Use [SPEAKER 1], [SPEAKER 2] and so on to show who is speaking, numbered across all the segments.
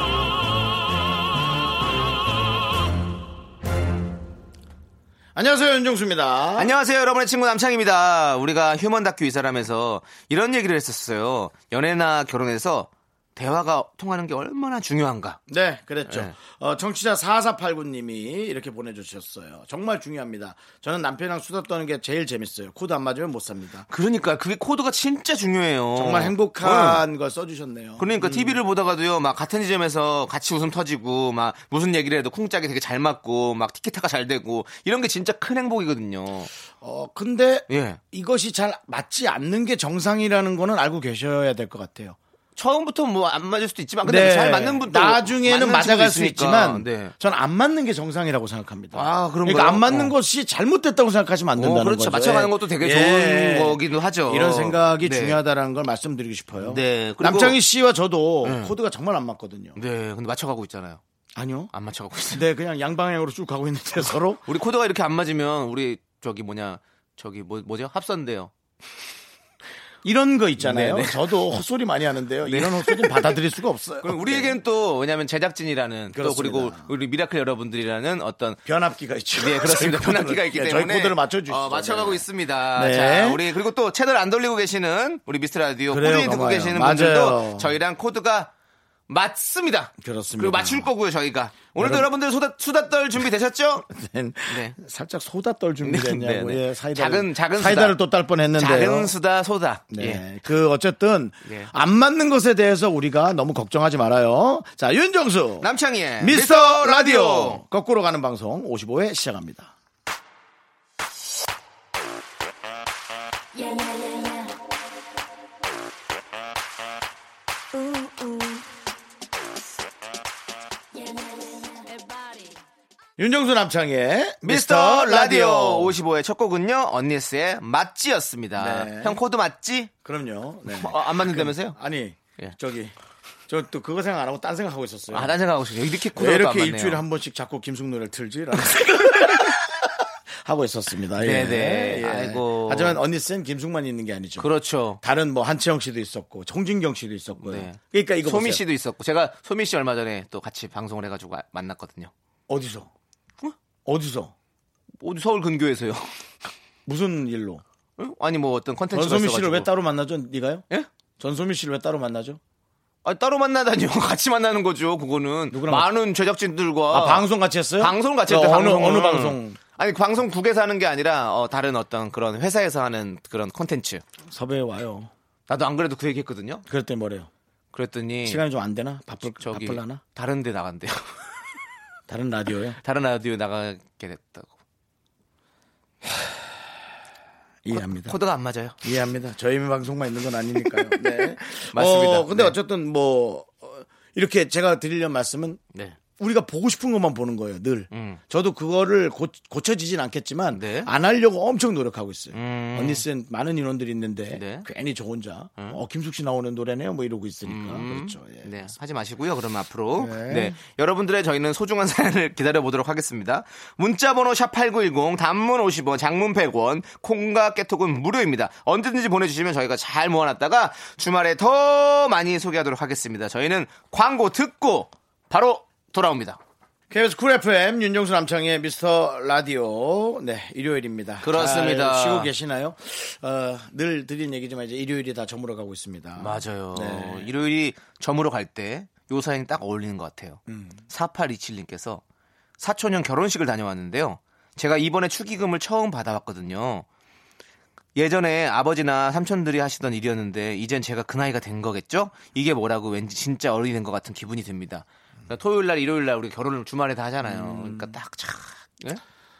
[SPEAKER 1] 안녕하세요 윤정수입니다.
[SPEAKER 2] 안녕하세요, 여러분의 친구 남창입니다. 우리가 휴먼 다큐 이 사람에서 이런 얘기를 했었어요. 연애나 결혼에서 대화가 통하는 게 얼마나 중요한가.
[SPEAKER 1] 네, 그랬죠.
[SPEAKER 2] 네.
[SPEAKER 1] 어, 정치자 4489님이 이렇게 보내주셨어요. 정말 중요합니다. 저는 남편이랑 수다 떠는 게 제일 재밌어요. 코드 안 맞으면 못 삽니다.
[SPEAKER 2] 그러니까 그게 코드가 진짜 중요해요.
[SPEAKER 1] 정말 행복한 음. 걸 써주셨네요.
[SPEAKER 2] 어, 그러니까 TV를 보다가도요, 막 같은 지점에서 같이 웃음 터지고, 막 무슨 얘기를 해도 쿵짝이 되게 잘 맞고, 막 티키타가 잘 되고, 이런 게 진짜 큰 행복이거든요.
[SPEAKER 1] 어, 근데
[SPEAKER 2] 예.
[SPEAKER 1] 이것이 잘 맞지 않는 게 정상이라는 거는 알고 계셔야 될 것 같아요.
[SPEAKER 2] 처음부터 뭐 안 맞을 수도 있지만, 근데 뭐
[SPEAKER 1] 네.
[SPEAKER 2] 잘 맞는 분도
[SPEAKER 1] 나중에는
[SPEAKER 2] 맞는 친구도
[SPEAKER 1] 맞아갈 수
[SPEAKER 2] 있으니까.
[SPEAKER 1] 있지만
[SPEAKER 2] 네.
[SPEAKER 1] 전 안 맞는 게 정상이라고 생각합니다.
[SPEAKER 2] 아, 그런가요?
[SPEAKER 1] 그러니까 안 맞는
[SPEAKER 2] 어.
[SPEAKER 1] 것이 잘못됐다고 생각하시면 안 된다는
[SPEAKER 2] 어,
[SPEAKER 1] 거죠.
[SPEAKER 2] 그렇죠.
[SPEAKER 1] 예.
[SPEAKER 2] 맞춰가는 것도 되게 좋은 거기도 하죠.
[SPEAKER 1] 이런 생각이
[SPEAKER 2] 네.
[SPEAKER 1] 중요하다라는 걸 말씀드리고 싶어요.
[SPEAKER 2] 네, 그리고-
[SPEAKER 1] 남창희 씨와 저도
[SPEAKER 2] 네.
[SPEAKER 1] 코드가 정말 안 맞거든요.
[SPEAKER 2] 네, 근데 맞춰가고 있잖아요.
[SPEAKER 1] 아니요.
[SPEAKER 2] 안 맞춰가고 있어요.
[SPEAKER 1] 네, 그냥 양방향으로 쭉 가고 있는데 서로
[SPEAKER 2] 우리 코드가 이렇게 안 맞으면 우리 저기 뭐냐 저기 뭐, 뭐죠 합선대요.
[SPEAKER 1] 이런 거 있잖아요.
[SPEAKER 2] 네, 네.
[SPEAKER 1] 저도 헛소리 많이 하는데요. 이런 헛소리는 받아들일 수가 없어요.
[SPEAKER 2] 그럼 우리에겐는 또 왜냐하면 제작진이라는
[SPEAKER 1] 네. 그렇습니다.
[SPEAKER 2] 또 그리고 우리 미라클 여러분들이라는 어떤
[SPEAKER 1] 변압기가 있죠.
[SPEAKER 2] 네 그렇습니다.
[SPEAKER 1] 저희
[SPEAKER 2] 편안기가 있기
[SPEAKER 1] 코드를- 네,
[SPEAKER 2] 때문에
[SPEAKER 1] 저희 코드를 맞춰주시죠.
[SPEAKER 2] 어, 맞춰가고
[SPEAKER 1] 네.
[SPEAKER 2] 있습니다.
[SPEAKER 1] 네.
[SPEAKER 2] 자 우리 그리고 또 채널 안 돌리고 계시는 우리 미스터 라디오
[SPEAKER 1] 그래요,
[SPEAKER 2] 꾸준히 듣고
[SPEAKER 1] 고마워요.
[SPEAKER 2] 계시는
[SPEAKER 1] 맞아요.
[SPEAKER 2] 분들도 저희랑 코드가 맞습니다.
[SPEAKER 1] 그렇습니다.
[SPEAKER 2] 그리고 맞출 거고요 저희가 오늘도
[SPEAKER 1] 여러분-
[SPEAKER 2] 여러분들 수다 수다 떨 준비 되셨죠?
[SPEAKER 1] 네.
[SPEAKER 2] 네.
[SPEAKER 1] 살짝 소다 떨
[SPEAKER 2] 네,
[SPEAKER 1] 준비됐냐고.
[SPEAKER 2] 네, 네.
[SPEAKER 1] 예, 사이다를,
[SPEAKER 2] 작은- 작은 수다.
[SPEAKER 1] 사이다를 또 딸 뻔했는데.
[SPEAKER 2] 작은 수다 소다.
[SPEAKER 1] 네.
[SPEAKER 2] 예.
[SPEAKER 1] 그 어쨌든
[SPEAKER 2] 예.
[SPEAKER 1] 안 맞는 것에 대해서 우리가 너무 걱정하지 말아요. 자, 윤정수.
[SPEAKER 2] 남창희의
[SPEAKER 1] 미스터 라디오
[SPEAKER 2] 라디오.
[SPEAKER 1] 거꾸로 가는 방송 55회 시작합니다. 윤정수 남창의
[SPEAKER 2] 미스터 라디오 55의 첫 곡은요 언니스의 맞지였습니다.
[SPEAKER 1] 네.
[SPEAKER 2] 형 코드 맞지?
[SPEAKER 1] 그럼요. 네.
[SPEAKER 2] 어, 안 맞는다면서요?
[SPEAKER 1] 아니
[SPEAKER 2] 예.
[SPEAKER 1] 저기 저 또 그거 생각 안 하고 딴 생각하고 있었어요.
[SPEAKER 2] 네. 아난 생각하고 싶어요. 이렇게 코드가
[SPEAKER 1] 왜
[SPEAKER 2] 안
[SPEAKER 1] 이렇게
[SPEAKER 2] 맞네요.
[SPEAKER 1] 일주일에 한 번씩 자꾸 김숙 노래를 틀지라는 하고 있었습니다. 예.
[SPEAKER 2] 네네.
[SPEAKER 1] 예.
[SPEAKER 2] 아이고.
[SPEAKER 1] 하지만 언니 쌤 김숙만 있는 게 아니죠.
[SPEAKER 2] 그렇죠.
[SPEAKER 1] 다른 뭐 한채영 씨도 있었고 정진경 씨도 있었고요.
[SPEAKER 2] 네.
[SPEAKER 1] 그러니까 이거
[SPEAKER 2] 소미
[SPEAKER 1] 보세요.
[SPEAKER 2] 씨도 있었고 제가 소미 씨 얼마 전에 또 같이 방송을 해가지고 아- 만났거든요.
[SPEAKER 1] 어디서? 어디서?
[SPEAKER 2] 어디 서울 근교에서요?
[SPEAKER 1] 무슨 일로?
[SPEAKER 2] 응? 아니 뭐 어떤 컨텐츠가
[SPEAKER 1] 전소미
[SPEAKER 2] 있어가지고.
[SPEAKER 1] 씨를 왜 따로 만나죠? 네가요?
[SPEAKER 2] 예?
[SPEAKER 1] 전소미 씨를 왜 따로 만나죠?
[SPEAKER 2] 아, 따로 만나다니요. 같이 만나는 거죠. 그거는
[SPEAKER 1] 누구랑
[SPEAKER 2] 많은 제작진들과
[SPEAKER 1] 아, 방송 같이 했어요?
[SPEAKER 2] 방송 같이
[SPEAKER 1] 어,
[SPEAKER 2] 했다.
[SPEAKER 1] 어느
[SPEAKER 2] 방송은.
[SPEAKER 1] 어느 방송?
[SPEAKER 2] 아니 그 방송국에서 하는 게 아니라 어, 다른 어떤 그런 회사에서 하는 그런 컨텐츠.
[SPEAKER 1] 섭외 와요.
[SPEAKER 2] 나도 안 그래도 그 얘기했거든요.
[SPEAKER 1] 그럴 때 뭐래요?
[SPEAKER 2] 그랬더니
[SPEAKER 1] 시간이 좀 안 되나? 바쁠
[SPEAKER 2] 예. 저기
[SPEAKER 1] 바쁠라나?
[SPEAKER 2] 다른 데 나간대요.
[SPEAKER 1] 다른 라디오요?
[SPEAKER 2] 다른 라디오 나가게 됐다고.
[SPEAKER 1] 이해합니다.
[SPEAKER 2] 코드가 안 맞아요.
[SPEAKER 1] 이해합니다. 저희 방송만 있는 건 아니니까요. 네.
[SPEAKER 2] 맞습니다.
[SPEAKER 1] 어, 근데
[SPEAKER 2] 네.
[SPEAKER 1] 어쨌든 뭐 어, 이렇게 제가 드리려는 말씀은
[SPEAKER 2] 네.
[SPEAKER 1] 우리가 보고 싶은 것만 보는 거예요. 늘.
[SPEAKER 2] 음.
[SPEAKER 1] 저도 그거를 고, 쳐지진 않겠지만
[SPEAKER 2] 네.
[SPEAKER 1] 안 하려고 엄청 노력하고 있어요.
[SPEAKER 2] 음.
[SPEAKER 1] 언니 쓴 많은 인원들이 있는데
[SPEAKER 2] 네. 음.
[SPEAKER 1] 괜히 저 혼자 어 김숙 씨 나오는 노래네요. 뭐 이러고 있으니까 그렇죠. 예.
[SPEAKER 2] 네, 하지 마시고요. 그럼 앞으로
[SPEAKER 1] 네.
[SPEAKER 2] 네. 여러분들의 저희는 소중한 사연을 기다려 보도록 하겠습니다. 문자 번호 샵8910 단문 50원, 장문 100원, 콩과 깨톡은 무료입니다. 언제든지 보내 주시면 저희가 잘 모아 놨다가 주말에 더 많이 소개하도록 하겠습니다. 저희는 광고 듣고 바로 돌아옵니다.
[SPEAKER 1] KBS 쿨 FM 윤정수 남창의 미스터 라디오 네 일요일입니다.
[SPEAKER 2] 그렇습니다.
[SPEAKER 1] 잘 쉬고 계시나요? 어, 늘 드린 얘기지만 이제 일요일이 다 저물어 가고 있습니다.
[SPEAKER 2] 맞아요.
[SPEAKER 1] 네.
[SPEAKER 2] 일요일이 저물어 갈 때 요 사연이 딱 어울리는 것 같아요.
[SPEAKER 1] 음.
[SPEAKER 2] 4827님께서 사촌형 결혼식을 다녀왔는데요. 제가 이번에 축의금을 처음 받아왔거든요. 예전에 아버지나 삼촌들이 하시던 일이었는데 이젠 제가 그 나이가 된 거겠죠? 이게 뭐라고 왠지 진짜 어른이 된 것 같은 기분이 듭니다. 그러니까 토요일 날, 일요일 날 우리 결혼을 주말에 다 하잖아요.
[SPEAKER 1] 음.
[SPEAKER 2] 그러니까 딱 착. 예?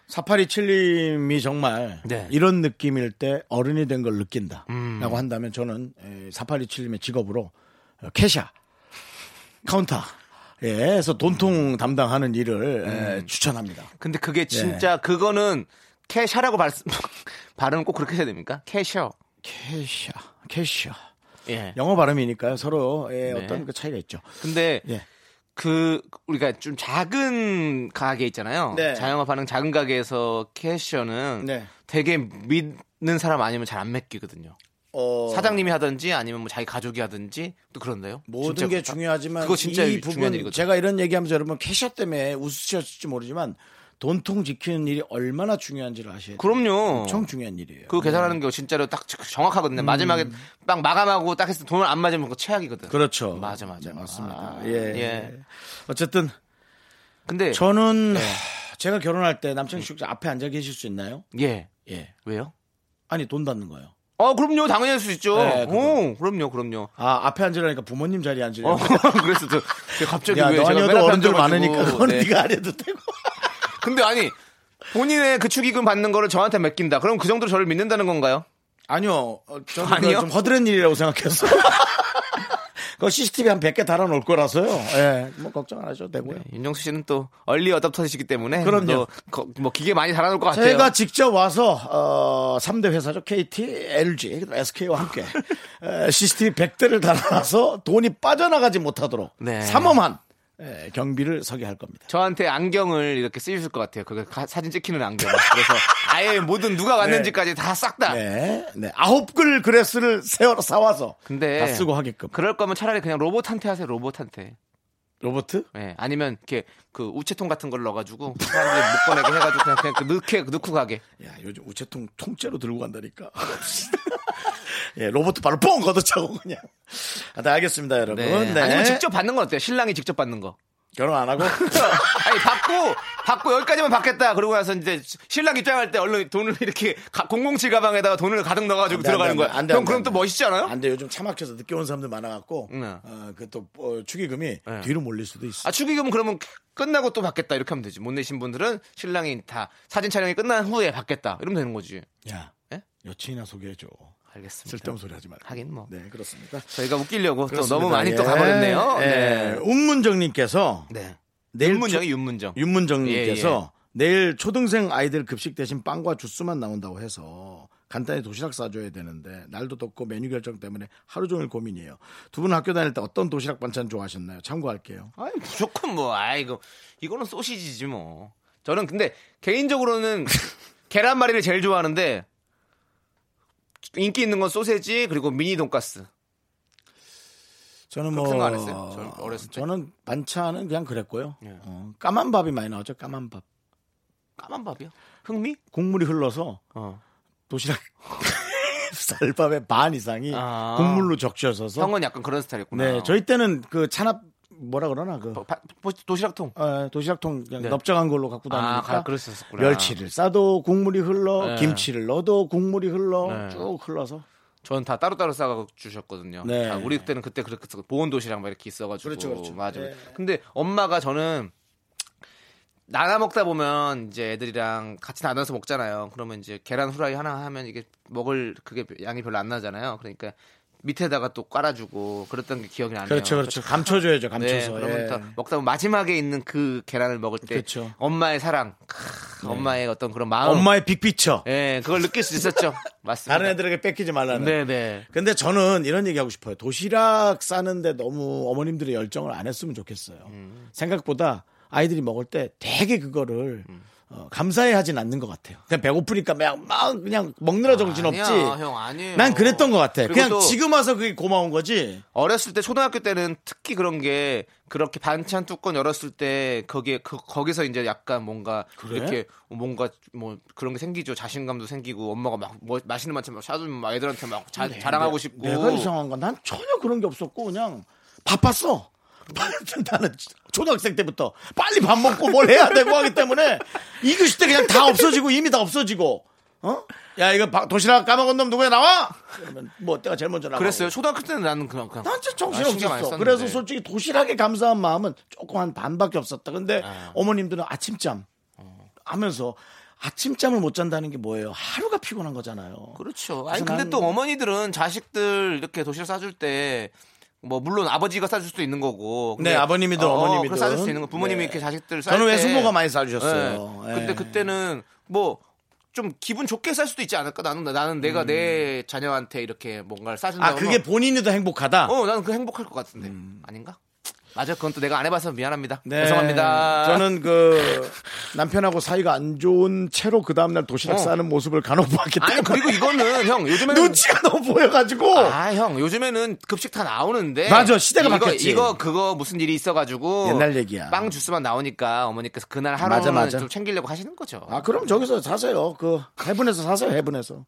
[SPEAKER 1] 사파리 칠님이 정말
[SPEAKER 2] 네. 음.
[SPEAKER 1] 이런 느낌일 때 어른이 된 걸 느낀다라고 한다면 저는 사파리 칠님의 직업으로 어, 캐샤 카운터
[SPEAKER 2] 음.
[SPEAKER 1] 에서 돈통 담당하는 일을 에, 추천합니다.
[SPEAKER 2] 근데 그게 진짜 그거는 캐샤라고 발, 발음은 꼭 그렇게 해야 됩니까? 캐셔.
[SPEAKER 1] 캐샤, 캐샤.
[SPEAKER 2] 예.
[SPEAKER 1] 영어 발음이니까요. 서로 예,
[SPEAKER 2] 네.
[SPEAKER 1] 어떤 그 차이가 있죠.
[SPEAKER 2] 근데
[SPEAKER 1] 예.
[SPEAKER 2] 그 우리가 좀 작은 가게 있잖아요.
[SPEAKER 1] 네.
[SPEAKER 2] 자영업하는 작은 가게에서 캐셔는
[SPEAKER 1] 네.
[SPEAKER 2] 되게 믿는 사람 아니면 잘 안 맡기거든요.
[SPEAKER 1] 어,
[SPEAKER 2] 사장님이 하든지 아니면 뭐 자기 가족이 하든지 또 그런데요.
[SPEAKER 1] 모든 게 중요하지만
[SPEAKER 2] 그거 진짜
[SPEAKER 1] 이
[SPEAKER 2] 중요한
[SPEAKER 1] 부분
[SPEAKER 2] 일이거든요.
[SPEAKER 1] 제가 이런 얘기하면서 여러분 캐샤 때문에 웃으셨을지 모르지만 돈통 지키는 일이 얼마나 중요한지를 아셔야 돼요.
[SPEAKER 2] 그럼요.
[SPEAKER 1] 엄청 중요한 음. 일이에요.
[SPEAKER 2] 그 계산하는 게 진짜로 딱 정확하거든요. 마지막에 딱 마감하고 딱 했을 때 돈을 안 맞으면 그거 최악이거든.
[SPEAKER 1] 그렇죠.
[SPEAKER 2] 맞아, 맞아.
[SPEAKER 1] 네, 맞습니다.
[SPEAKER 2] 아,
[SPEAKER 1] 예.
[SPEAKER 2] 예.
[SPEAKER 1] 어쨌든
[SPEAKER 2] 근데
[SPEAKER 1] 저는 하, 제가 결혼할 때 남창희 씨 혹시 앞에 앉아 계실 수 있나요?
[SPEAKER 2] 예.
[SPEAKER 1] 예.
[SPEAKER 2] 왜요?
[SPEAKER 1] 아니 돈 받는 거예요.
[SPEAKER 2] 어, 그럼요. 당연히 할 수 있죠.
[SPEAKER 1] 네, 그거.
[SPEAKER 2] 오, 그럼요. 그럼요.
[SPEAKER 1] 아 앞에 앉으라니까 부모님 자리에 앉으려고.
[SPEAKER 2] 어, 그래서 저, 제가 갑자기
[SPEAKER 1] 야,
[SPEAKER 2] 왜
[SPEAKER 1] 너
[SPEAKER 2] 제가 맨
[SPEAKER 1] 아니어도
[SPEAKER 2] 앞에
[SPEAKER 1] 어른들
[SPEAKER 2] 앉아가지고,
[SPEAKER 1] 많으니까 그건
[SPEAKER 2] 네.
[SPEAKER 1] 네. 가안 해도 되고.
[SPEAKER 2] 근데 아니 본인의 그 축의금 받는 거를 저한테 맡긴다. 그럼 그 정도로 저를 믿는다는 건가요?
[SPEAKER 1] 아니요. 어, 저는
[SPEAKER 2] 아니요?
[SPEAKER 1] 그건 좀 허드렛 일이라고 생각했어. 그거 CCTV 한 100개 달아놓을 거라서요. 예. 뭐 걱정 안 하셔도 되고요.
[SPEAKER 2] 네, 윤정수 씨는 또 얼리 어답터시기 때문에
[SPEAKER 1] 그럼요.
[SPEAKER 2] 또 거- 뭐 기계 많이 달아놓을 것 같아요.
[SPEAKER 1] 제가 직접 와서 어, 3대 회사죠. KT, LG, SK와 함께 에, CCTV 100대를 달아놔서 돈이 빠져나가지 못하도록
[SPEAKER 2] 네.
[SPEAKER 1] 삼엄한 에, 경비를 서게 할 겁니다.
[SPEAKER 2] 저한테 안경을 이렇게 쓰실 것 같아요. 그 사진 찍히는 안경. 그래서 아예 모든 누가 왔는지까지 다 싹 다.
[SPEAKER 1] 네. 네. 아홉 글 그래스를 세워 사와서
[SPEAKER 2] 근데
[SPEAKER 1] 다 쓰고 하게끔.
[SPEAKER 2] 그럴 거면 차라리 그냥 로봇한테 하세요. 로봇한테.
[SPEAKER 1] 로버트?
[SPEAKER 2] 예, 아니면 이렇게 그 우체통 같은 걸 넣어가지고 그 사람들이 못 꺼내게 해가지고 그냥 그냥 그 넣게 넣고 가게.
[SPEAKER 1] 야, 요즘 우체통 통째로 들고 간다니까. 예, 로봇 바로 뽕 걷어차고 그냥. 아, 네, 알겠습니다, 여러분. 네.
[SPEAKER 2] 아니면 직접 받는 건 어때요? 신랑이 직접 받는 거.
[SPEAKER 1] 결혼 안 하고
[SPEAKER 2] 아니 받고 받고 여기까지만 받겠다. 그러고 나서 이제 신랑 입장할 때 얼른 돈을 이렇게 가- 007 가방에다가 돈을 가득 넣어가지고
[SPEAKER 1] 안 돼,
[SPEAKER 2] 들어가는
[SPEAKER 1] 안 돼,
[SPEAKER 2] 거야.
[SPEAKER 1] 안 돼,
[SPEAKER 2] 형
[SPEAKER 1] 안 돼,
[SPEAKER 2] 그럼
[SPEAKER 1] 안
[SPEAKER 2] 또
[SPEAKER 1] 돼.
[SPEAKER 2] 멋있지 않아요?
[SPEAKER 1] 안 돼. 요즘 차 막혀서 늦게 온 사람들 많아갖고
[SPEAKER 2] 네.
[SPEAKER 1] 어, 그또 어, 축의금이 뒤로 몰릴 수도 있어.
[SPEAKER 2] 아 축의금 그러면 끝나고 또 받겠다 이렇게 하면 되지. 못 내신 분들은 신랑이 다 사진 촬영이 끝난 후에 받겠다. 이러면 되는 거지.
[SPEAKER 1] 야,
[SPEAKER 2] 예?
[SPEAKER 1] 여친이나 소개해줘.
[SPEAKER 2] 알겠습니다.
[SPEAKER 1] 쓸데없는 소리 하지 말고.
[SPEAKER 2] 하긴 뭐.
[SPEAKER 1] 네, 그렇습니다.
[SPEAKER 2] 저희가 웃기려고 또
[SPEAKER 1] 그렇습니다.
[SPEAKER 2] 너무 많이 또
[SPEAKER 1] 예.
[SPEAKER 2] 가버렸네요.
[SPEAKER 1] 예.
[SPEAKER 2] 네.
[SPEAKER 1] 운문정님께서
[SPEAKER 2] 네.
[SPEAKER 1] 내일
[SPEAKER 2] 윤문정이 예,
[SPEAKER 1] 초-
[SPEAKER 2] 윤문정.
[SPEAKER 1] 윤문정님께서 내일 초등생 아이들 급식 대신 빵과 주스만 나온다고 해서 간단히 도시락 싸줘야 되는데 날도 덥고 메뉴 결정 때문에 하루 종일 고민이에요. 두 분 학교 다닐 때 어떤 도시락 반찬 좋아하셨나요? 참고할게요.
[SPEAKER 2] 아이 무조건 뭐 아이고 이거는 소시지지 뭐 저는 근데 개인적으로는 계란말이를 제일 좋아하는데 인기 있는 건 소세지 그리고 미니 돈가스
[SPEAKER 1] 저는
[SPEAKER 2] 그렇게
[SPEAKER 1] 뭐
[SPEAKER 2] 생각 안 했어요. 저는 어렸을 때.
[SPEAKER 1] 저는 반찬은 그냥 그랬고요.
[SPEAKER 2] 예.
[SPEAKER 1] 어, 까만 밥이 많이 나왔죠. 까만 밥.
[SPEAKER 2] 까만 밥이요 흥미
[SPEAKER 1] 국물이 흘러서
[SPEAKER 2] 어
[SPEAKER 1] 도시락 쌀밥의 반 이상이
[SPEAKER 2] 아.
[SPEAKER 1] 국물로 적셔서서
[SPEAKER 2] 형은 아. 약간 그런 스타일이었구나
[SPEAKER 1] 뭐? 네, 저희 때는 그 찬압 뭐라 그러나 그
[SPEAKER 2] 바- 바- 도시락통
[SPEAKER 1] 어, 도시락통 그냥
[SPEAKER 2] 네.
[SPEAKER 1] 넓적한 걸로 갖고
[SPEAKER 2] 아
[SPEAKER 1] 다니니까
[SPEAKER 2] 가- 그랬었구나
[SPEAKER 1] 멸치를 싸도 국물이 흘러,
[SPEAKER 2] 네.
[SPEAKER 1] 김치를 넣어도 국물이 흘러
[SPEAKER 2] 네.
[SPEAKER 1] 쭉 흘러서
[SPEAKER 2] 저는 다 따로따로 싸가 주셨거든요.
[SPEAKER 1] 네.
[SPEAKER 2] 다 우리 때는 그때 그렇게 써- 보온 도시락 막 이렇게 있어가지고
[SPEAKER 1] 그렇죠, 그렇죠.
[SPEAKER 2] 맞아요.
[SPEAKER 1] 네.
[SPEAKER 2] 근데 엄마가 저는 나눠 먹다 보면 이제 애들이랑 같이 나눠서 먹잖아요. 그러면 이제 계란 후라이 하나 하면 이게 먹을 그게 양이 별로 안 나잖아요. 그러니까 밑에다가 또 깔아주고 그랬던 게 기억이 나네요.
[SPEAKER 1] 그렇죠, 그렇죠. 감춰줘야죠,
[SPEAKER 2] 네,
[SPEAKER 1] 감춰서.
[SPEAKER 2] 그러면
[SPEAKER 1] 예.
[SPEAKER 2] 또 먹다 보면 마지막에 있는 그 계란을 먹을 때
[SPEAKER 1] 그렇죠. 네.
[SPEAKER 2] 엄마의 사랑, 크, 엄마의 어떤 그런 마음,
[SPEAKER 1] 엄마의 빅피처.
[SPEAKER 2] 예, 그걸 느낄 수 있었죠. 맞습니다.
[SPEAKER 1] 다른 애들에게 뺏기지 말라는.
[SPEAKER 2] 네, 네.
[SPEAKER 1] 근데 저는 이런 얘기 하고 싶어요. 도시락 싸는데 너무 어머님들의 열정을 안 했으면 좋겠어요.
[SPEAKER 2] 음.
[SPEAKER 1] 생각보다 아이들이 먹을 때 되게 그거를
[SPEAKER 2] 음.
[SPEAKER 1] 어, 감사해 하진 않는 것 같아요. 그냥 배고프니까 막, 막 그냥 먹느라 정신 없지.
[SPEAKER 2] 아니야, 형, 아니에요.
[SPEAKER 1] 난 그랬던 것 같아.
[SPEAKER 2] 그리고
[SPEAKER 1] 그냥
[SPEAKER 2] 또
[SPEAKER 1] 지금 와서 그게 고마운 거지.
[SPEAKER 2] 어렸을 때 초등학교 때는 특히 그런 게 그렇게 반찬 뚜껑 열었을 때 거기에 그 거기서 이제 약간 뭔가
[SPEAKER 1] 그래?
[SPEAKER 2] 이렇게 뭔가 뭐 그런 게 생기죠. 자신감도 생기고 엄마가 막 뭐, 맛있는 반찬 막 사주면 막 애들한테 막 자, 자랑하고 싶고.
[SPEAKER 1] 네, 내가 이상한 건 난 전혀 그런 게 없었고 그냥 바빴어. 나는 초등학생 때부터 빨리 밥 먹고 뭘 해야 되고 하기 때문에 이교시때 그냥 다 없어지고 이미 다 없어지고 어? 야 이거 바- 도시락 까먹은 놈 누구야 나와? 그러면 뭐 내가 제일 먼저 나가.
[SPEAKER 2] 그랬어요. 초등학교 때는 나는 그냥 그냥
[SPEAKER 1] 난 진짜 정신
[SPEAKER 2] 아, 신경 안
[SPEAKER 1] 없었어.
[SPEAKER 2] 썼는데.
[SPEAKER 1] 그래서 솔직히 도시락에 감사한 마음은 조금 한 반밖에 없었다. 근데
[SPEAKER 2] 아.
[SPEAKER 1] 어머님들은 아침잠
[SPEAKER 2] 어.
[SPEAKER 1] 하면서 아침잠을 못 잔다는 게 뭐예요? 하루가 피곤한 거잖아요.
[SPEAKER 2] 그렇죠. 아니
[SPEAKER 1] 그래서
[SPEAKER 2] 근데
[SPEAKER 1] 나는-
[SPEAKER 2] 또 어머니들은 자식들 이렇게 도시락 싸줄 때. 뭐 물론 아버지가 싸줄 수도 있는 거고. 근데
[SPEAKER 1] 네, 아버님이든
[SPEAKER 2] 어, 어,
[SPEAKER 1] 어머님이든.
[SPEAKER 2] 그걸 싸줄 수 있는 거. 부모님이
[SPEAKER 1] 네.
[SPEAKER 2] 이렇게 자식들 싸.
[SPEAKER 1] 저는 외숙모가 많이 싸주셨어요. 예.
[SPEAKER 2] 근데 그때는 네. 뭐 좀 기분 좋게 살 수도 있지 않을까? 나는 나는 내가 내 자녀한테 이렇게 뭔가를 싸준다고.
[SPEAKER 1] 음. 아 그게 본인이 더 행복하다.
[SPEAKER 2] 어, 나는 그 행복할 것 같은데. 아닌가? 맞아, 그건 또 내가 안 해봐서 미안합니다.
[SPEAKER 1] 네.
[SPEAKER 2] 죄송합니다.
[SPEAKER 1] 저는 그 남편하고 사이가 안 좋은 채로 그 다음날 도시락
[SPEAKER 2] 어.
[SPEAKER 1] 싸는 모습을 간혹 봤기 때문에
[SPEAKER 2] 아니 그리고 이거는 형 요즘에는
[SPEAKER 1] 눈치가 너무 보여가지고
[SPEAKER 2] 아, 형, 요즘에는 급식 다 나오는데.
[SPEAKER 1] 어. 맞아, 시대가
[SPEAKER 2] 이거,
[SPEAKER 1] 바뀌었지.
[SPEAKER 2] 이거, 그거 무슨 일이 있어가지고.
[SPEAKER 1] 옛날 얘기야.
[SPEAKER 2] 빵 주스만 나오니까 어머니께서 그날 하루는
[SPEAKER 1] 맞아, 맞아.
[SPEAKER 2] 좀 챙기려고 하시는 거죠.
[SPEAKER 1] 아 그럼 저기서 사세요. 그 해분에서 사세요. 해분에서.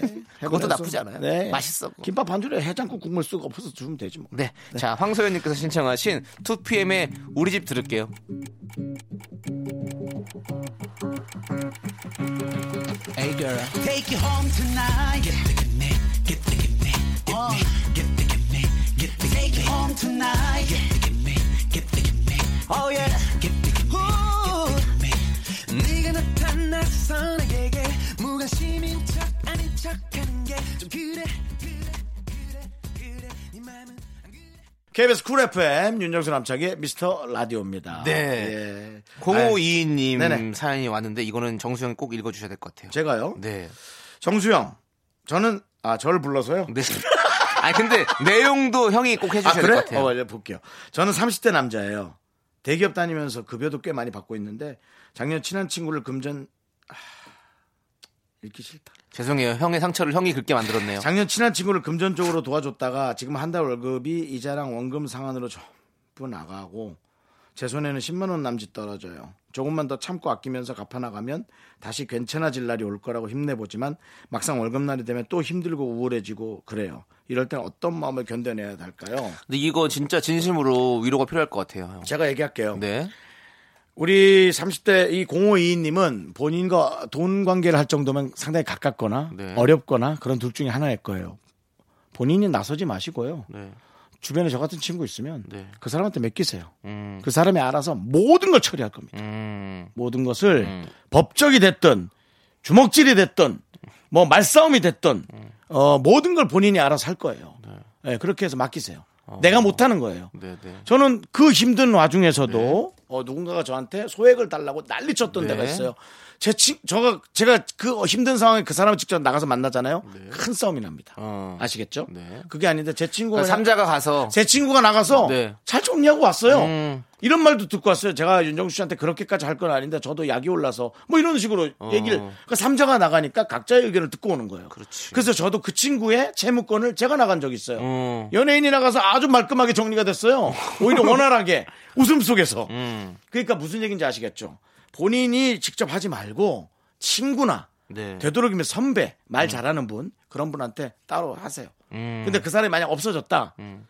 [SPEAKER 1] 네, 해분에서. 네.
[SPEAKER 2] 나쁘지 않아요. 맛있어.
[SPEAKER 1] 김밥 한 줄에 해장국 국물 쓰고 없어서 주면 되지 뭐.
[SPEAKER 2] 네. 자, 황소연님께서 신청하신 2PM의 우리 집 들을게요.
[SPEAKER 3] Take you home tonight. Get the connect, get the connect, get the connect, get the connect. Take you home tonight. Get the connect, get the connect. Oh yeah. Get the connect, get the connect. 네가 나타나서 내게 무관심인 척 아닌 척하는 게좀 그래 그래 그래 그래 네 맘은 안 그래.
[SPEAKER 1] KBS 쿨 FM 윤정수 남창의 미스터 라디오입니다.
[SPEAKER 2] 네.
[SPEAKER 1] 아이,
[SPEAKER 2] 0522님
[SPEAKER 1] 네네.
[SPEAKER 2] 사연이 왔는데 이거는 정수영이 꼭 읽어주셔야 될 것 같아요.
[SPEAKER 1] 제가요.
[SPEAKER 2] 네.
[SPEAKER 1] 정수영. 저는 아 저를 불러서요.
[SPEAKER 2] 네. 아니, 근데 내용도 형이 꼭 해주셔야
[SPEAKER 1] 아
[SPEAKER 2] 될
[SPEAKER 1] 그래?
[SPEAKER 2] 것 같아요.
[SPEAKER 1] 어, 이제 볼게요. 저는 30대 남자예요. 대기업 다니면서 급여도 꽤 많이 받고 있는데 작년 친한 친구를 금전 아, 읽기 싫다.
[SPEAKER 2] 죄송해요. 형의 상처를 형이 긁게 만들었네요.
[SPEAKER 1] 작년 친한 친구를 금전적으로 도와줬다가 지금 한 달 월급이 이자랑 원금 상환으로 전부 나가고 제 손에는 10만 원 남짓 떨어져요. 조금만 더 참고 아끼면서 갚아나가면 다시 괜찮아질 날이 올 거라고 힘내보지만 막상 월급 날이 되면 또 힘들고 우울해지고 그래요. 이럴 땐 어떤 마음을 견뎌내야 할까요?
[SPEAKER 2] 근데 이거 진짜 진심으로 위로가 필요할 것 같아요. 형.
[SPEAKER 1] 제가 얘기할게요.
[SPEAKER 2] 네.
[SPEAKER 1] 우리 30대 이 0522님은 본인과 돈 관계를 할 정도면 상당히 가깝거나
[SPEAKER 2] 네.
[SPEAKER 1] 어렵거나 그런 둘 중에 하나일 거예요. 본인이 나서지 마시고요.
[SPEAKER 2] 네.
[SPEAKER 1] 주변에 저 같은 친구 있으면
[SPEAKER 2] 네.
[SPEAKER 1] 그 사람한테 맡기세요.
[SPEAKER 2] 음.
[SPEAKER 1] 그 사람이 알아서 모든 걸 처리할 겁니다.
[SPEAKER 2] 음.
[SPEAKER 1] 모든 것을
[SPEAKER 2] 음.
[SPEAKER 1] 법적이 됐든 주먹질이 됐든 뭐 말싸움이 됐든
[SPEAKER 2] 음.
[SPEAKER 1] 어, 모든 걸 본인이 알아서 할 거예요. 예, 그렇게 해서 맡기세요.
[SPEAKER 2] 어.
[SPEAKER 1] 내가 못하는 거예요.
[SPEAKER 2] 네, 네.
[SPEAKER 1] 저는 그 힘든 와중에서도 어, 누군가가 저한테 소액을 달라고 난리 쳤던
[SPEAKER 2] 네.
[SPEAKER 1] 데가 있어요. 제 친, 저가, 제가 그 힘든 상황에 그 사람을 직접 나가서 만나잖아요. 큰 싸움이 납니다.
[SPEAKER 2] 네. 어.
[SPEAKER 1] 아시겠죠?
[SPEAKER 2] 네.
[SPEAKER 1] 그게 아닌데 제 친구가.
[SPEAKER 2] 그러니까
[SPEAKER 1] 그냥-
[SPEAKER 2] 삼자가 가서
[SPEAKER 1] 제 친구가 나가서
[SPEAKER 2] 네.
[SPEAKER 1] 잘 정리하고 왔어요.
[SPEAKER 2] 음.
[SPEAKER 1] 이런 말도 듣고 왔어요. 제가 윤정수 씨한테 그렇게까지 할 건 아닌데 저도 약이 올라서 뭐 이런 식으로 얘기를 그러니까 삼자가 나가니까 각자의 의견을 듣고 오는 거예요.
[SPEAKER 2] 어. 그렇지.
[SPEAKER 1] 래서 저도 그 친구의 채무권을 제가 나간 적이 있어요.
[SPEAKER 2] 음.
[SPEAKER 1] 연예인이 나가서 아주 말끔하게 정리가 됐어요. 오히려 원활하게 웃음 속에서.
[SPEAKER 2] 음.
[SPEAKER 1] 그러니까 무슨 얘기인지 아시겠죠? 본인이 직접 하지 말고 친구나
[SPEAKER 2] 네.
[SPEAKER 1] 되도록이면 선배 말 잘하는 분 그런 분한테 따로 하세요.
[SPEAKER 2] 음.
[SPEAKER 1] 근데 그 사람이 만약 없어졌다.
[SPEAKER 2] 음.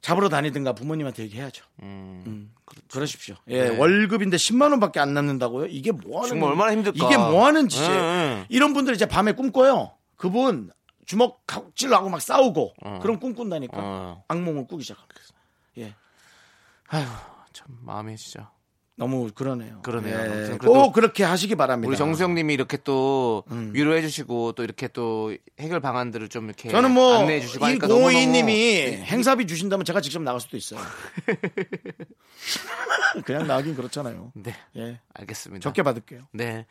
[SPEAKER 1] 잡으러 다니든가 부모님한테 얘기해야죠.
[SPEAKER 2] 음.
[SPEAKER 1] 그러십시오. 예,
[SPEAKER 2] 네.
[SPEAKER 1] 월급인데 10만 원밖에 안 남는다고요? 이게 뭐 하는
[SPEAKER 2] 정말 얼마나 힘들까. 예,
[SPEAKER 1] 이게 뭐 하는 짓이에요?
[SPEAKER 2] 응, 응.
[SPEAKER 1] 이런 분들 이제 밤에 꿈꿔요. 그분 주먹 각질하고 막 싸우고 그런 꿈꾼다니까
[SPEAKER 2] 어.
[SPEAKER 1] 악몽을 꾸기 시작합니다.
[SPEAKER 2] 참 마음이 진짜.
[SPEAKER 1] 너무 그러네요. 예.
[SPEAKER 2] 그러네요. 아무튼
[SPEAKER 1] 꼭
[SPEAKER 2] 그래도
[SPEAKER 1] 그렇게 하시기 바랍니다.
[SPEAKER 2] 우리 정수영님이 이렇게 또
[SPEAKER 1] 음.
[SPEAKER 2] 위로해 주시고 또 이렇게 또 해결 방안들을 좀 이렇게
[SPEAKER 1] 저는 뭐
[SPEAKER 2] 안내해 주시고 하니까 너무 예.
[SPEAKER 1] 이고이님이 행사비 주신다면 제가 직접 나갈 수도 있어요. 그냥 나가긴 그렇잖아요.
[SPEAKER 2] 네
[SPEAKER 1] 예,
[SPEAKER 2] 알겠습니다.
[SPEAKER 1] 적게 받을게요.
[SPEAKER 2] 네.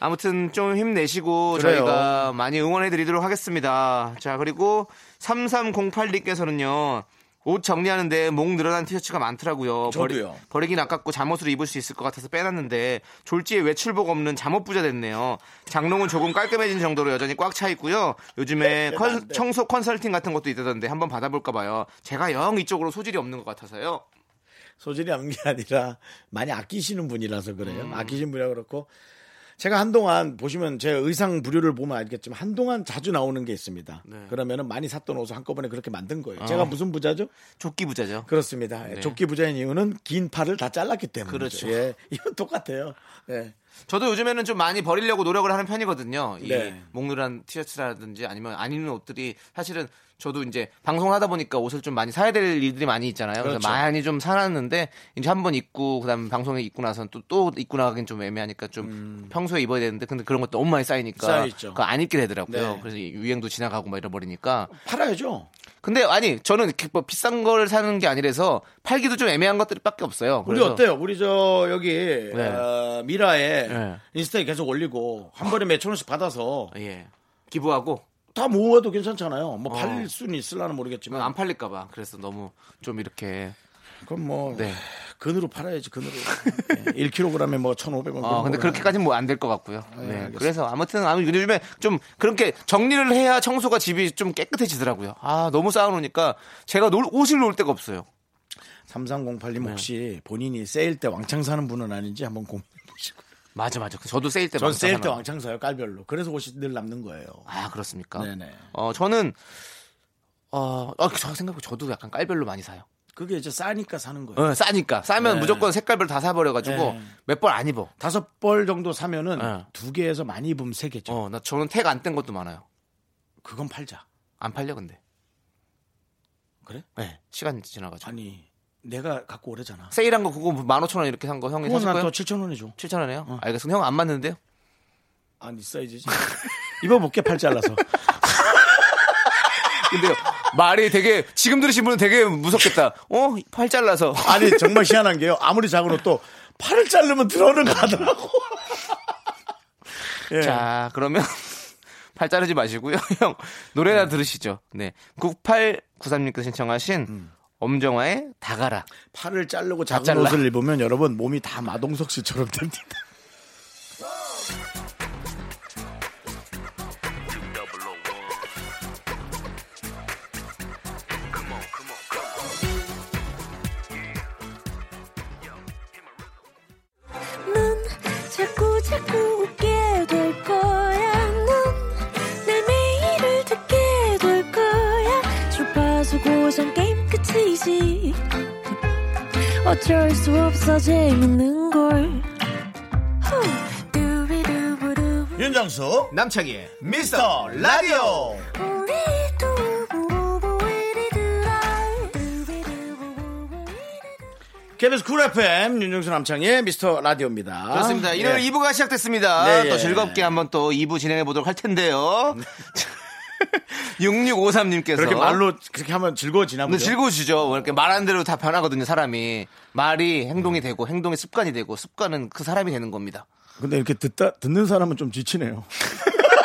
[SPEAKER 2] 아무튼 좀 힘내시고
[SPEAKER 1] 그래요.
[SPEAKER 2] 저희가 많이 응원해 드리도록 하겠습니다. 자, 그리고 3308님께서는요. 옷 정리하는데 목 늘어난 티셔츠가 많더라고요.
[SPEAKER 1] 저도요.
[SPEAKER 2] 버리, 긴 아깝고 잠옷으로 입을 수 있을 것 같아서 빼놨는데 졸지에 외출복 없는 잠옷 부자 됐네요. 장롱은 조금 깔끔해진 정도로 여전히 꽉 차 있고요.
[SPEAKER 1] 네,
[SPEAKER 2] 요즘에 컨- 청소 컨설팅 같은 것도 있다던데 한번 받아볼까 봐요. 제가 영 이쪽으로 소질이 없는 것 같아서요.
[SPEAKER 1] 소질이 없는 게 아니라 많이 아끼시는 분이라서 그래요.
[SPEAKER 2] 음.
[SPEAKER 1] 아끼신 분이라 그렇고 제가 한동안 보시면 제 의상 부류를 보면 알겠지만 한동안 자주 나오는 게 있습니다.
[SPEAKER 2] 네.
[SPEAKER 1] 그러면은 많이 샀던 옷을 한꺼번에 그렇게 만든 거예요.
[SPEAKER 2] 아.
[SPEAKER 1] 제가 무슨 부자죠?
[SPEAKER 2] 조끼 부자죠.
[SPEAKER 1] 그렇습니다. 예, 조끼 부자인 이유는 긴 팔을 다 잘랐기 때문에.
[SPEAKER 2] 네. 그렇죠.
[SPEAKER 1] 예, 이건 똑같아요. 예.
[SPEAKER 2] 저도 요즘에는 좀 많이 버리려고 노력을 하는 편이거든요. 이
[SPEAKER 1] 네.
[SPEAKER 2] 목누란 티셔츠라든지 아니면 안 입는 옷들이 사실은 저도 이제 방송하다 보니까 옷을 좀 많이 사야 될 일들이 많이 있잖아요. 그래서
[SPEAKER 1] 그렇죠.
[SPEAKER 2] 많이 좀 사놨는데 이제 한 번 입고 그다음 에 방송에 입고 나서 또 또 입고 나가긴 좀 애매하니까 좀 평소에 입어야 되는데 근데 그런 것 너무 많이 쌓이니까
[SPEAKER 1] 음. 쌓여있죠.
[SPEAKER 2] 그거 안 입게 되더라고요.
[SPEAKER 1] 네.
[SPEAKER 2] 그래서 이 유행도 지나가고 막 잃어버리니까
[SPEAKER 1] 팔아야죠.
[SPEAKER 2] 근데 아니 저는 이렇게 뭐 비싼 걸 사는 게 아니라서 팔기도 좀 애매한 것들밖에 없어요.
[SPEAKER 1] 우리
[SPEAKER 2] 그래서-
[SPEAKER 1] 어때요? 우리 저 여기 어, 미라에
[SPEAKER 2] 네.
[SPEAKER 1] 인스타에 계속 올리고 한 번에 몇천 원씩 받아서
[SPEAKER 2] 예. 기부하고
[SPEAKER 1] 다 모아도 괜찮잖아요. 뭐
[SPEAKER 2] 어.
[SPEAKER 1] 팔릴 수는 있을라는 모르겠지만
[SPEAKER 2] 저는 안 팔릴까봐 그래서 너무 좀 이렇게
[SPEAKER 1] 그럼 뭐
[SPEAKER 2] 네.
[SPEAKER 1] 근으로 팔아야지 근으로 1kg에 뭐 1,500원.
[SPEAKER 2] 어 근데 그렇게까지는 뭐 안 될 것 같고요. 네.
[SPEAKER 1] 알겠습니다.
[SPEAKER 2] 그래서 아무튼 아무 요즘에 좀 그렇게 정리를 해야 청소가 집이 좀 깨끗해지더라고요. 아 너무 쌓아놓으니까 제가 놀, 옷을 놓을 데가 없어요. 네.
[SPEAKER 1] 3308님 혹시 본인이 세일 때 왕창 사는 분은 아닌지 한번 고민.
[SPEAKER 2] 맞아 맞아. 저도 세일 때
[SPEAKER 1] 전
[SPEAKER 2] 많이
[SPEAKER 1] 세일 때
[SPEAKER 2] 사놔요.
[SPEAKER 1] 왕창 사요 깔별로. 그래서 옷이 늘 남는 거예요.
[SPEAKER 2] 아 그렇습니까?
[SPEAKER 1] 네네.
[SPEAKER 2] 어 저는 어저 생각해 저도 약간 깔별로 많이 사요.
[SPEAKER 1] 그게 이제 싸니까 사는 거예요.
[SPEAKER 2] 어, 싸니까 싸면
[SPEAKER 1] 네.
[SPEAKER 2] 무조건 색깔별 다 사버려가지고
[SPEAKER 1] 네.
[SPEAKER 2] 몇 벌 안 입어.
[SPEAKER 1] 다섯 벌 정도 사면은
[SPEAKER 2] 네.
[SPEAKER 1] 두 개에서 많이 입으면 세 개죠.
[SPEAKER 2] 어 나 저는 택 안 뗀 것도 많아요.
[SPEAKER 1] 그건 팔자.
[SPEAKER 2] 안 팔려 근데.
[SPEAKER 1] 그래?
[SPEAKER 2] 네 시간 지나가지고.
[SPEAKER 1] 아니 내가 갖고 오래잖아.
[SPEAKER 2] 세일한 거 그거 15,000원 이렇게 산 거 형이
[SPEAKER 1] 그건
[SPEAKER 2] 사실
[SPEAKER 1] 난또
[SPEAKER 2] 거예요?
[SPEAKER 1] 7천 원에 줘.
[SPEAKER 2] 7,000원이에요? 아, 알겠습니다. 형 안 맞는데요?
[SPEAKER 1] 아니 사이즈지. 입어볼게 팔 잘라서.
[SPEAKER 2] 근데 말이 되게 지금 들으신 분은 되게 무섭겠다. 어? 팔 잘라서.
[SPEAKER 1] 아니 정말 희한한 게요. 아무리 작은 옷도 팔을 자르면 들어는 가더라고.
[SPEAKER 2] 네.
[SPEAKER 1] 예.
[SPEAKER 2] 자, 그러면 팔 자르지 마시고요. 형 노래나 들으시죠. 네. 9893님께서 신청하신 엄정화의 다가라.
[SPEAKER 1] 팔을 자르고 작은
[SPEAKER 2] 잘라.
[SPEAKER 1] 옷을 입으면 여러분 몸이 다 마동석 씨처럼 됩니다.
[SPEAKER 4] 넌 자꾸 자꾸 웃게 될 거야. 넌내 매일을 듣게 될 거야. 주파수 고정 게임 끝이지. 어쩔 수 없어 재밌는 걸. 후. 두비두부두.
[SPEAKER 1] 윤정수 남창희 미스터 라디오.
[SPEAKER 4] 우리 두부부부 우리 두라. 두비두부부부 우리 두라.
[SPEAKER 1] KBS 쿨 FM 윤정수 남창희 미스터 라디오입니다.
[SPEAKER 2] 그렇습니다. 일요일
[SPEAKER 1] 예.
[SPEAKER 2] 2부가 시작됐습니다.
[SPEAKER 1] 네,
[SPEAKER 2] 또
[SPEAKER 1] 예.
[SPEAKER 2] 즐겁게 한번 또 2부 진행해 보도록 할 텐데요. 6653님께서
[SPEAKER 1] 그렇게 말로 그렇게 하면 즐거워지나
[SPEAKER 2] 근데
[SPEAKER 1] 보죠.
[SPEAKER 2] 즐거우시죠? 뭐 이렇게 말한 대로 다 변하거든요, 사람이. 말이 행동이 되고, 행동이 습관이 되고, 습관은 그 사람이 되는 겁니다.
[SPEAKER 1] 근데 이렇게 듣다 듣는 사람은 좀 지치네요.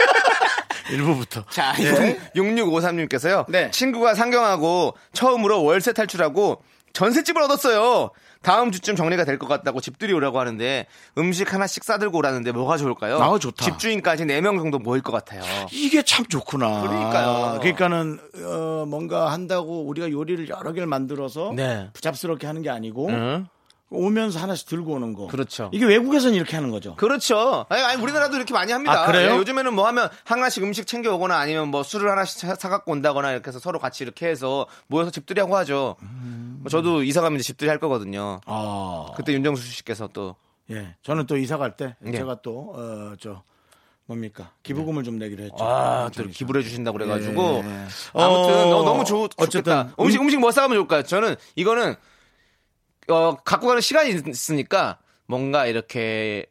[SPEAKER 1] 일부부터.
[SPEAKER 2] 자,
[SPEAKER 1] 예.
[SPEAKER 2] 6653님께서요.
[SPEAKER 1] 네.
[SPEAKER 2] 친구가 상경하고 처음으로 월세 탈출하고 전셋집을 얻었어요. 다음 주쯤 정리가 될 것 같다고 집들이 오라고 하는데 음식 하나씩 싸들고 오라는데 뭐가 좋을까요?
[SPEAKER 1] 아, 좋다.
[SPEAKER 2] 집주인까지 4명 정도 모일 것 같아요.
[SPEAKER 1] 이게 참 좋구나.
[SPEAKER 2] 그러니까요.
[SPEAKER 1] 그러니까는 어, 뭔가 한다고 우리가 요리를 여러 개를 만들어서
[SPEAKER 2] 네.
[SPEAKER 1] 부잡스럽게 하는 게 아니고 오면서 하나씩 들고 오는 거.
[SPEAKER 2] 그렇죠.
[SPEAKER 1] 이게 외국에서는 이렇게 하는 거죠.
[SPEAKER 2] 그렇죠. 아니, 아니, 우리나라도 이렇게 많이 합니다.
[SPEAKER 1] 아, 그래요?
[SPEAKER 2] 예, 요즘에는 뭐 하면 하나씩 음식 챙겨 오거나 아니면 뭐 술을 하나씩 사- 사갖고 온다거나 이렇게 해서 서로 같이 이렇게 해서 모여서 집들이 하고 하죠. 뭐 저도 이사 가면 이제 집들이 할 거거든요.
[SPEAKER 1] 아.
[SPEAKER 2] 그때 윤정수 씨께서 또
[SPEAKER 1] 예. 저는 또 이사 갈 때
[SPEAKER 2] 예.
[SPEAKER 1] 제가 또 어, 저 뭡니까? 기부금을 좀 내기로 했죠.
[SPEAKER 2] 네. 아, 또 기부를 해주신다고 그래가지고.
[SPEAKER 1] 예.
[SPEAKER 2] 아무튼,
[SPEAKER 1] 어,
[SPEAKER 2] 너, 너무 좋, 좋겠다.
[SPEAKER 1] 어쨌든
[SPEAKER 2] 음식, 음식 뭐 싸가면 좋을까요? 저는, 이거는, 어, 갖고 가는 시간이 있- 있으니까, 뭔가 이렇게,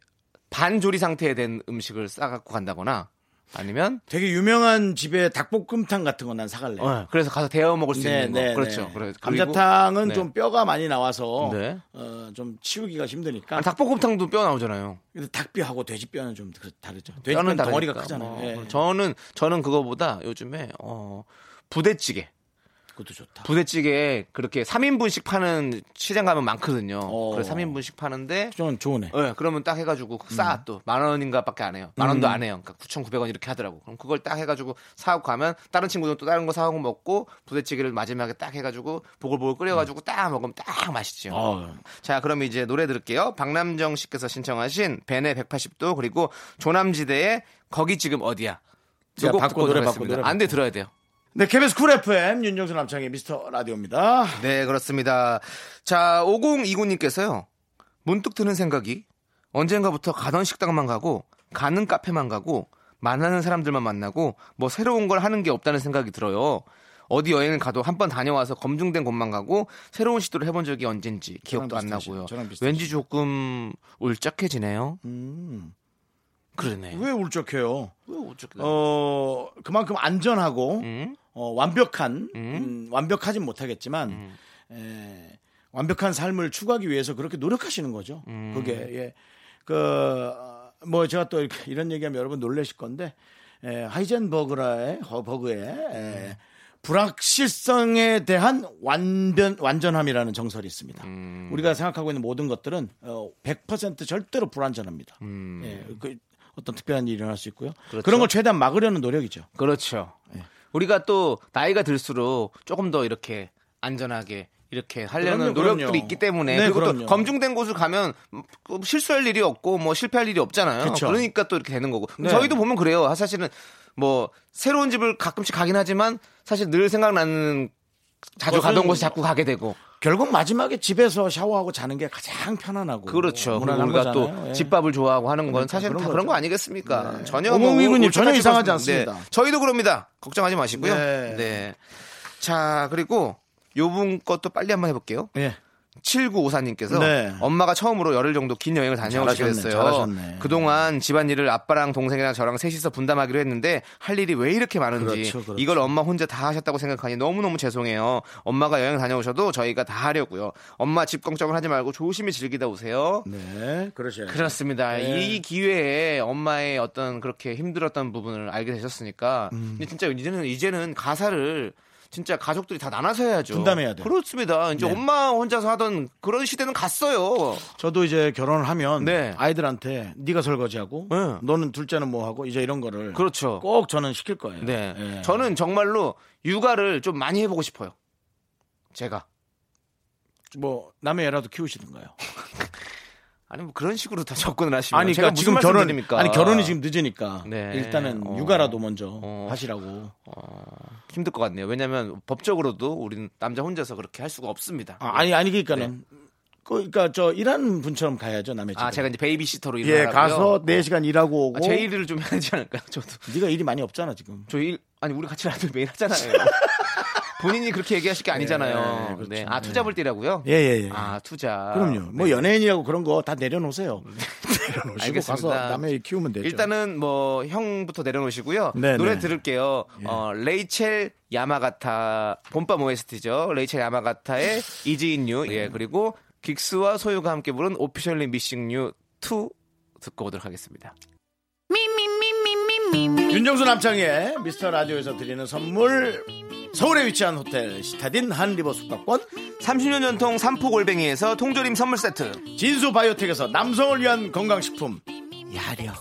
[SPEAKER 2] 반조리 상태에 된 음식을 싸갖고 간다거나, 아니면,
[SPEAKER 1] 되게 유명한 집에 닭볶음탕 같은 거 난 사갈래. 요
[SPEAKER 2] 어, 그래서 가서 데워 먹을 수 있는 거. 그렇죠. 그래- 그리고-
[SPEAKER 1] 네, 감자탕은
[SPEAKER 2] 네.
[SPEAKER 1] 좀 뼈가 많이 나와서
[SPEAKER 2] 네.
[SPEAKER 1] 어, 좀 치우기가 힘드니까.
[SPEAKER 2] 아, 닭볶음탕도 뼈 나오잖아요.
[SPEAKER 1] 근데 닭뼈하고 돼지뼈는 좀 그- 다르죠.
[SPEAKER 2] 뼈는
[SPEAKER 1] 돼지뼈는 덩어리가
[SPEAKER 2] 다르니까.
[SPEAKER 1] 크잖아요.
[SPEAKER 2] 어,
[SPEAKER 1] 예.
[SPEAKER 2] 저는, 저는 그거보다 요즘에, 어, 부대찌개.
[SPEAKER 1] 그것도 좋다.
[SPEAKER 2] 부대찌개 그렇게 3인분씩 파는 시장 가면 많거든요.
[SPEAKER 1] 어.
[SPEAKER 2] 그래서 3인분씩 파는데
[SPEAKER 1] 좀 좋네.
[SPEAKER 2] 예, 그러면 딱 해가지고
[SPEAKER 1] 음.
[SPEAKER 2] 싸 또 만 원인가밖에 안 해요. 만 원도 안 해요. 그러니까 9,900원 이렇게 하더라고. 그럼 그걸 딱 해가지고 사고 가면 다른 친구들은 또 다른 거 사고 먹고 부대찌개를 마지막에 딱 해가지고 보글보글
[SPEAKER 1] 음.
[SPEAKER 2] 끓여가지고 딱 먹으면 딱 맛있죠.
[SPEAKER 1] 어.
[SPEAKER 2] 자, 그럼 이제 노래 들을게요. 박남정 씨께서 신청하신 벤의 180도 그리고 조남지대의 거기 지금 어디야.
[SPEAKER 1] 야,
[SPEAKER 2] 두곡
[SPEAKER 1] 바꿔,
[SPEAKER 2] 듣고
[SPEAKER 1] 노래 바꿔,
[SPEAKER 2] 들어가겠습니다.
[SPEAKER 1] 노래
[SPEAKER 2] 안돼 들어야 돼요.
[SPEAKER 1] 네, KBS 쿨 FM 윤정수 남창의 미스터 라디오입니다.
[SPEAKER 2] 네, 그렇습니다. 자, 5029님께서요. 문득 드는 생각이 언젠가부터 가던 식당만 가고 가는 카페만 가고 만나는 사람들만 만나고 뭐 새로운 걸 하는 게 없다는 생각이 들어요. 어디 여행을 가도 한 번 다녀와서 검증된 곳만 가고 새로운 시도를 해본 적이 언젠지 기억도 안
[SPEAKER 1] 비슷하시-
[SPEAKER 2] 나고요.
[SPEAKER 1] 저랑 비슷하시- 음.
[SPEAKER 2] 왠지 조금 울적해지네요. 그러네.
[SPEAKER 1] 왜 울적해요?
[SPEAKER 2] 왜 어쩌게?
[SPEAKER 1] 어 그만큼 안전하고
[SPEAKER 2] 음?
[SPEAKER 1] 어, 완벽한
[SPEAKER 2] 음.
[SPEAKER 1] 음, 완벽하진 못하겠지만 에, 완벽한 삶을 추구하기 위해서 그렇게 노력하시는 거죠.
[SPEAKER 2] 음.
[SPEAKER 1] 그게 예. 그뭐 제가 또 이렇게 이런 얘기하면 여러분 놀라실 건데 에, 하이젠버그라의 허 버그의
[SPEAKER 2] 음.
[SPEAKER 1] 에, 불확실성에 대한 완변 완전함이라는 정설이 있습니다.
[SPEAKER 2] 음.
[SPEAKER 1] 우리가 생각하고 있는 모든 것들은 어, 100% 절대로 불완전합니다. 예, 그 어떤 특별한 일이 일어날 수 있고요.
[SPEAKER 2] 음. 그렇죠.
[SPEAKER 1] 그런 걸 최대한 막으려는 노력이죠.
[SPEAKER 2] 그렇죠.
[SPEAKER 1] 예.
[SPEAKER 2] 우리가 또 나이가 들수록 조금 더 이렇게 안전하게 이렇게 하려는
[SPEAKER 1] 그럼요,
[SPEAKER 2] 노력들이
[SPEAKER 1] 그럼요.
[SPEAKER 2] 있기 때문에
[SPEAKER 1] 네,
[SPEAKER 2] 그리고
[SPEAKER 1] 그럼요.
[SPEAKER 2] 또 검증된 곳을 가면 그 실수할 일이 없고 뭐 실패할 일이 없잖아요.
[SPEAKER 1] 그쵸.
[SPEAKER 2] 그러니까또 이렇게 되는 거고
[SPEAKER 1] 네.
[SPEAKER 2] 저희도 보면 그래요. 사실은 뭐 새로운 집을 가끔씩 가긴 하지만 사실 늘 생각나는 자주
[SPEAKER 1] 그것은
[SPEAKER 2] 가던 곳에 자꾸 가게 되고
[SPEAKER 1] 결국 마지막에 집에서 샤워하고 자는 게 가장 편안하고
[SPEAKER 2] 그렇죠. 그리고
[SPEAKER 1] 무난한
[SPEAKER 2] 우리가
[SPEAKER 1] 거잖아요.
[SPEAKER 2] 또
[SPEAKER 1] 예.
[SPEAKER 2] 집밥을 좋아하고 하는 건 사실 다
[SPEAKER 1] 그런
[SPEAKER 2] 그런 거
[SPEAKER 1] 거죠.
[SPEAKER 2] 아니겠습니까?
[SPEAKER 1] 네.
[SPEAKER 2] 전혀 뭐
[SPEAKER 1] 어몽이군님,
[SPEAKER 2] 울컥하지
[SPEAKER 1] 전혀 이상하지
[SPEAKER 2] 않습니다.
[SPEAKER 1] 않습니다.
[SPEAKER 2] 네. 저희도 그럽니다. 걱정하지 마시고요.
[SPEAKER 1] 네.
[SPEAKER 2] 네. 자 그리고 요분 것도 빨리 한번 해볼게요.
[SPEAKER 1] 예.
[SPEAKER 2] 7954님께서
[SPEAKER 1] 네.
[SPEAKER 2] 엄마가 처음으로 열흘 정도 긴 여행을 다녀오시게
[SPEAKER 1] 잘하셨네,
[SPEAKER 2] 됐어요.
[SPEAKER 1] 잘하셨네.
[SPEAKER 2] 그동안 집안일을 아빠랑 동생이랑 저랑 셋이서 분담하기로 했는데 할 일이 왜 이렇게 많은지
[SPEAKER 1] 그렇죠, 그렇죠.
[SPEAKER 2] 이걸 엄마 혼자 다 하셨다고 생각하니 너무너무 죄송해요. 엄마가 여행 다녀오셔도 저희가 다 하려고요. 엄마 집 걱정을 하지 말고 조심히 즐기다 오세요.
[SPEAKER 1] 네, 그러죠.
[SPEAKER 2] 그렇습니다.
[SPEAKER 1] 네.
[SPEAKER 2] 이 기회에 엄마의 어떤 그렇게 힘들었던 부분을 알게 되셨으니까.
[SPEAKER 1] 음.
[SPEAKER 2] 근데 진짜 이제는 이제는 가사를 진짜 가족들이 다 나눠서 해야죠.
[SPEAKER 1] 분담해야 돼요.
[SPEAKER 2] 그렇습니다. 이제
[SPEAKER 1] 네.
[SPEAKER 2] 엄마 혼자서 하던 그런 시대는 갔어요.
[SPEAKER 1] 저도 이제 결혼을 하면
[SPEAKER 2] 네.
[SPEAKER 1] 아이들한테 네가 설거지하고
[SPEAKER 2] 네.
[SPEAKER 1] 너는 둘째는 뭐 하고 이제 이런 거를
[SPEAKER 2] 그렇죠.
[SPEAKER 1] 꼭 저는 시킬 거예요.
[SPEAKER 2] 네.
[SPEAKER 1] 예.
[SPEAKER 2] 저는 정말로 육아를 좀 많이 해보고 싶어요. 제가.
[SPEAKER 1] 뭐 남의 애라도 키우시던가요.
[SPEAKER 2] 아니 뭐 그런 식으로 다 접근을 하시면
[SPEAKER 1] 아니
[SPEAKER 2] 제가
[SPEAKER 1] 그러니까
[SPEAKER 2] 무슨
[SPEAKER 1] 지금 결혼
[SPEAKER 2] 말씀드립니까?
[SPEAKER 1] 아니 결혼이 지금 늦으니까
[SPEAKER 2] 네.
[SPEAKER 1] 일단은
[SPEAKER 2] 어.
[SPEAKER 1] 육아라도 먼저
[SPEAKER 2] 어.
[SPEAKER 1] 하시라고.
[SPEAKER 2] 어, 힘들 것 같네요. 왜냐하면 법적으로도 우리는 남자 혼자서 그렇게 할 수가 없습니다.
[SPEAKER 1] 아, 니 아니 그러니까는 그러니까 저 일하는 분처럼 가야죠 남의 집.
[SPEAKER 2] 네. 아, 제가 이제 베이비시터로 일을
[SPEAKER 1] 예
[SPEAKER 2] 하고요.
[SPEAKER 1] 가서 4 시간 일하고 오고.
[SPEAKER 2] 아, 제 일을 좀 해야 되지 않을까요? 저도.
[SPEAKER 1] 네가 일이 많이 없잖아 지금.
[SPEAKER 2] 저 일, 아니, 우리 같이 라디오 매일 하잖아요. 본인이 그렇게 얘기하실 게 아니잖아요.
[SPEAKER 1] 네,
[SPEAKER 2] 네,
[SPEAKER 1] 그렇죠.
[SPEAKER 2] 아, 투자 볼 때라고요?
[SPEAKER 1] 예 예 예.
[SPEAKER 2] 아, 투자.
[SPEAKER 1] 그럼요. 뭐
[SPEAKER 2] 네.
[SPEAKER 1] 연예인이라고 그런 거 다 내려놓으세요. 내려놓으시고
[SPEAKER 2] 알겠습니다.
[SPEAKER 1] 가서 남의 일 키우면 되죠.
[SPEAKER 2] 일단은 뭐 형부터 내려놓으시고요.
[SPEAKER 1] 네,
[SPEAKER 2] 노래
[SPEAKER 1] 네.
[SPEAKER 2] 들을게요. 어, 레이첼 야마가타 봄밤 OST죠. 레이첼 야마가타의 이지인유
[SPEAKER 1] 네.
[SPEAKER 2] 예 그리고 긱스와 소유가 함께 부른 오피셜리 미싱유 2 듣고 오도록 하겠습니다.
[SPEAKER 1] 윤정수 남창의 미스터 라디오에서 드리는 선물 서울에 위치한 호텔 시타딘 한 리버 숙박권
[SPEAKER 2] 30년 전통 삼포골뱅이에서 통조림 선물 세트.
[SPEAKER 1] 진수 바이오텍에서 남성을 위한 건강식품 야력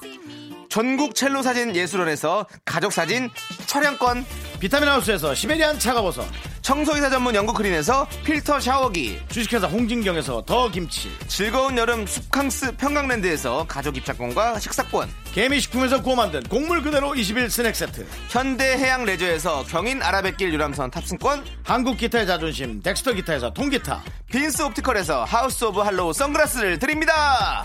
[SPEAKER 2] 전국 첼로 사진 예술원에서 가족 사진 촬영권.
[SPEAKER 1] 비타민 하우스에서 시베리안 차가버섯
[SPEAKER 2] 청소이사 전문 영국 크린에서 필터 샤워기.
[SPEAKER 1] 주식회사 홍진경에서 더 김치
[SPEAKER 2] 즐거운 여름 숲캉스 평강랜드에서 가족 입장권과 식사권.
[SPEAKER 1] 개미식품에서 구워 만든 곡물 그대로 21 스낵 세트
[SPEAKER 2] 현대해양 레저에서 경인 아라뱃길 유람선 탑승권,
[SPEAKER 1] 한국 기타의 자존심 덱스터 기타에서 통기타
[SPEAKER 2] 빈스 옵티컬에서 하우스 오브 할로우 선글라스를 드립니다.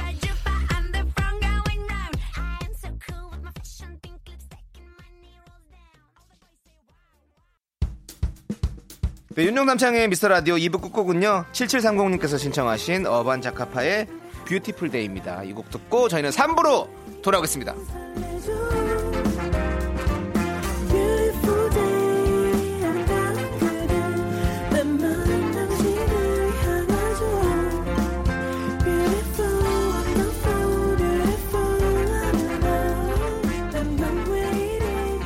[SPEAKER 2] 네, 윤종남창의 미스터 라디오 2부 끝곡은요. 7730님께서 신청하신 어반 자카파의 뷰티풀 데이입니다. 이 곡 듣고 저희는 3부로 돌아오겠습니다.
[SPEAKER 4] Beautiful day, 아름다운 그대. 내 마음 당신을 향하죠. Beautiful, wonderful, beautiful, 아름다워. 난넌왜 이리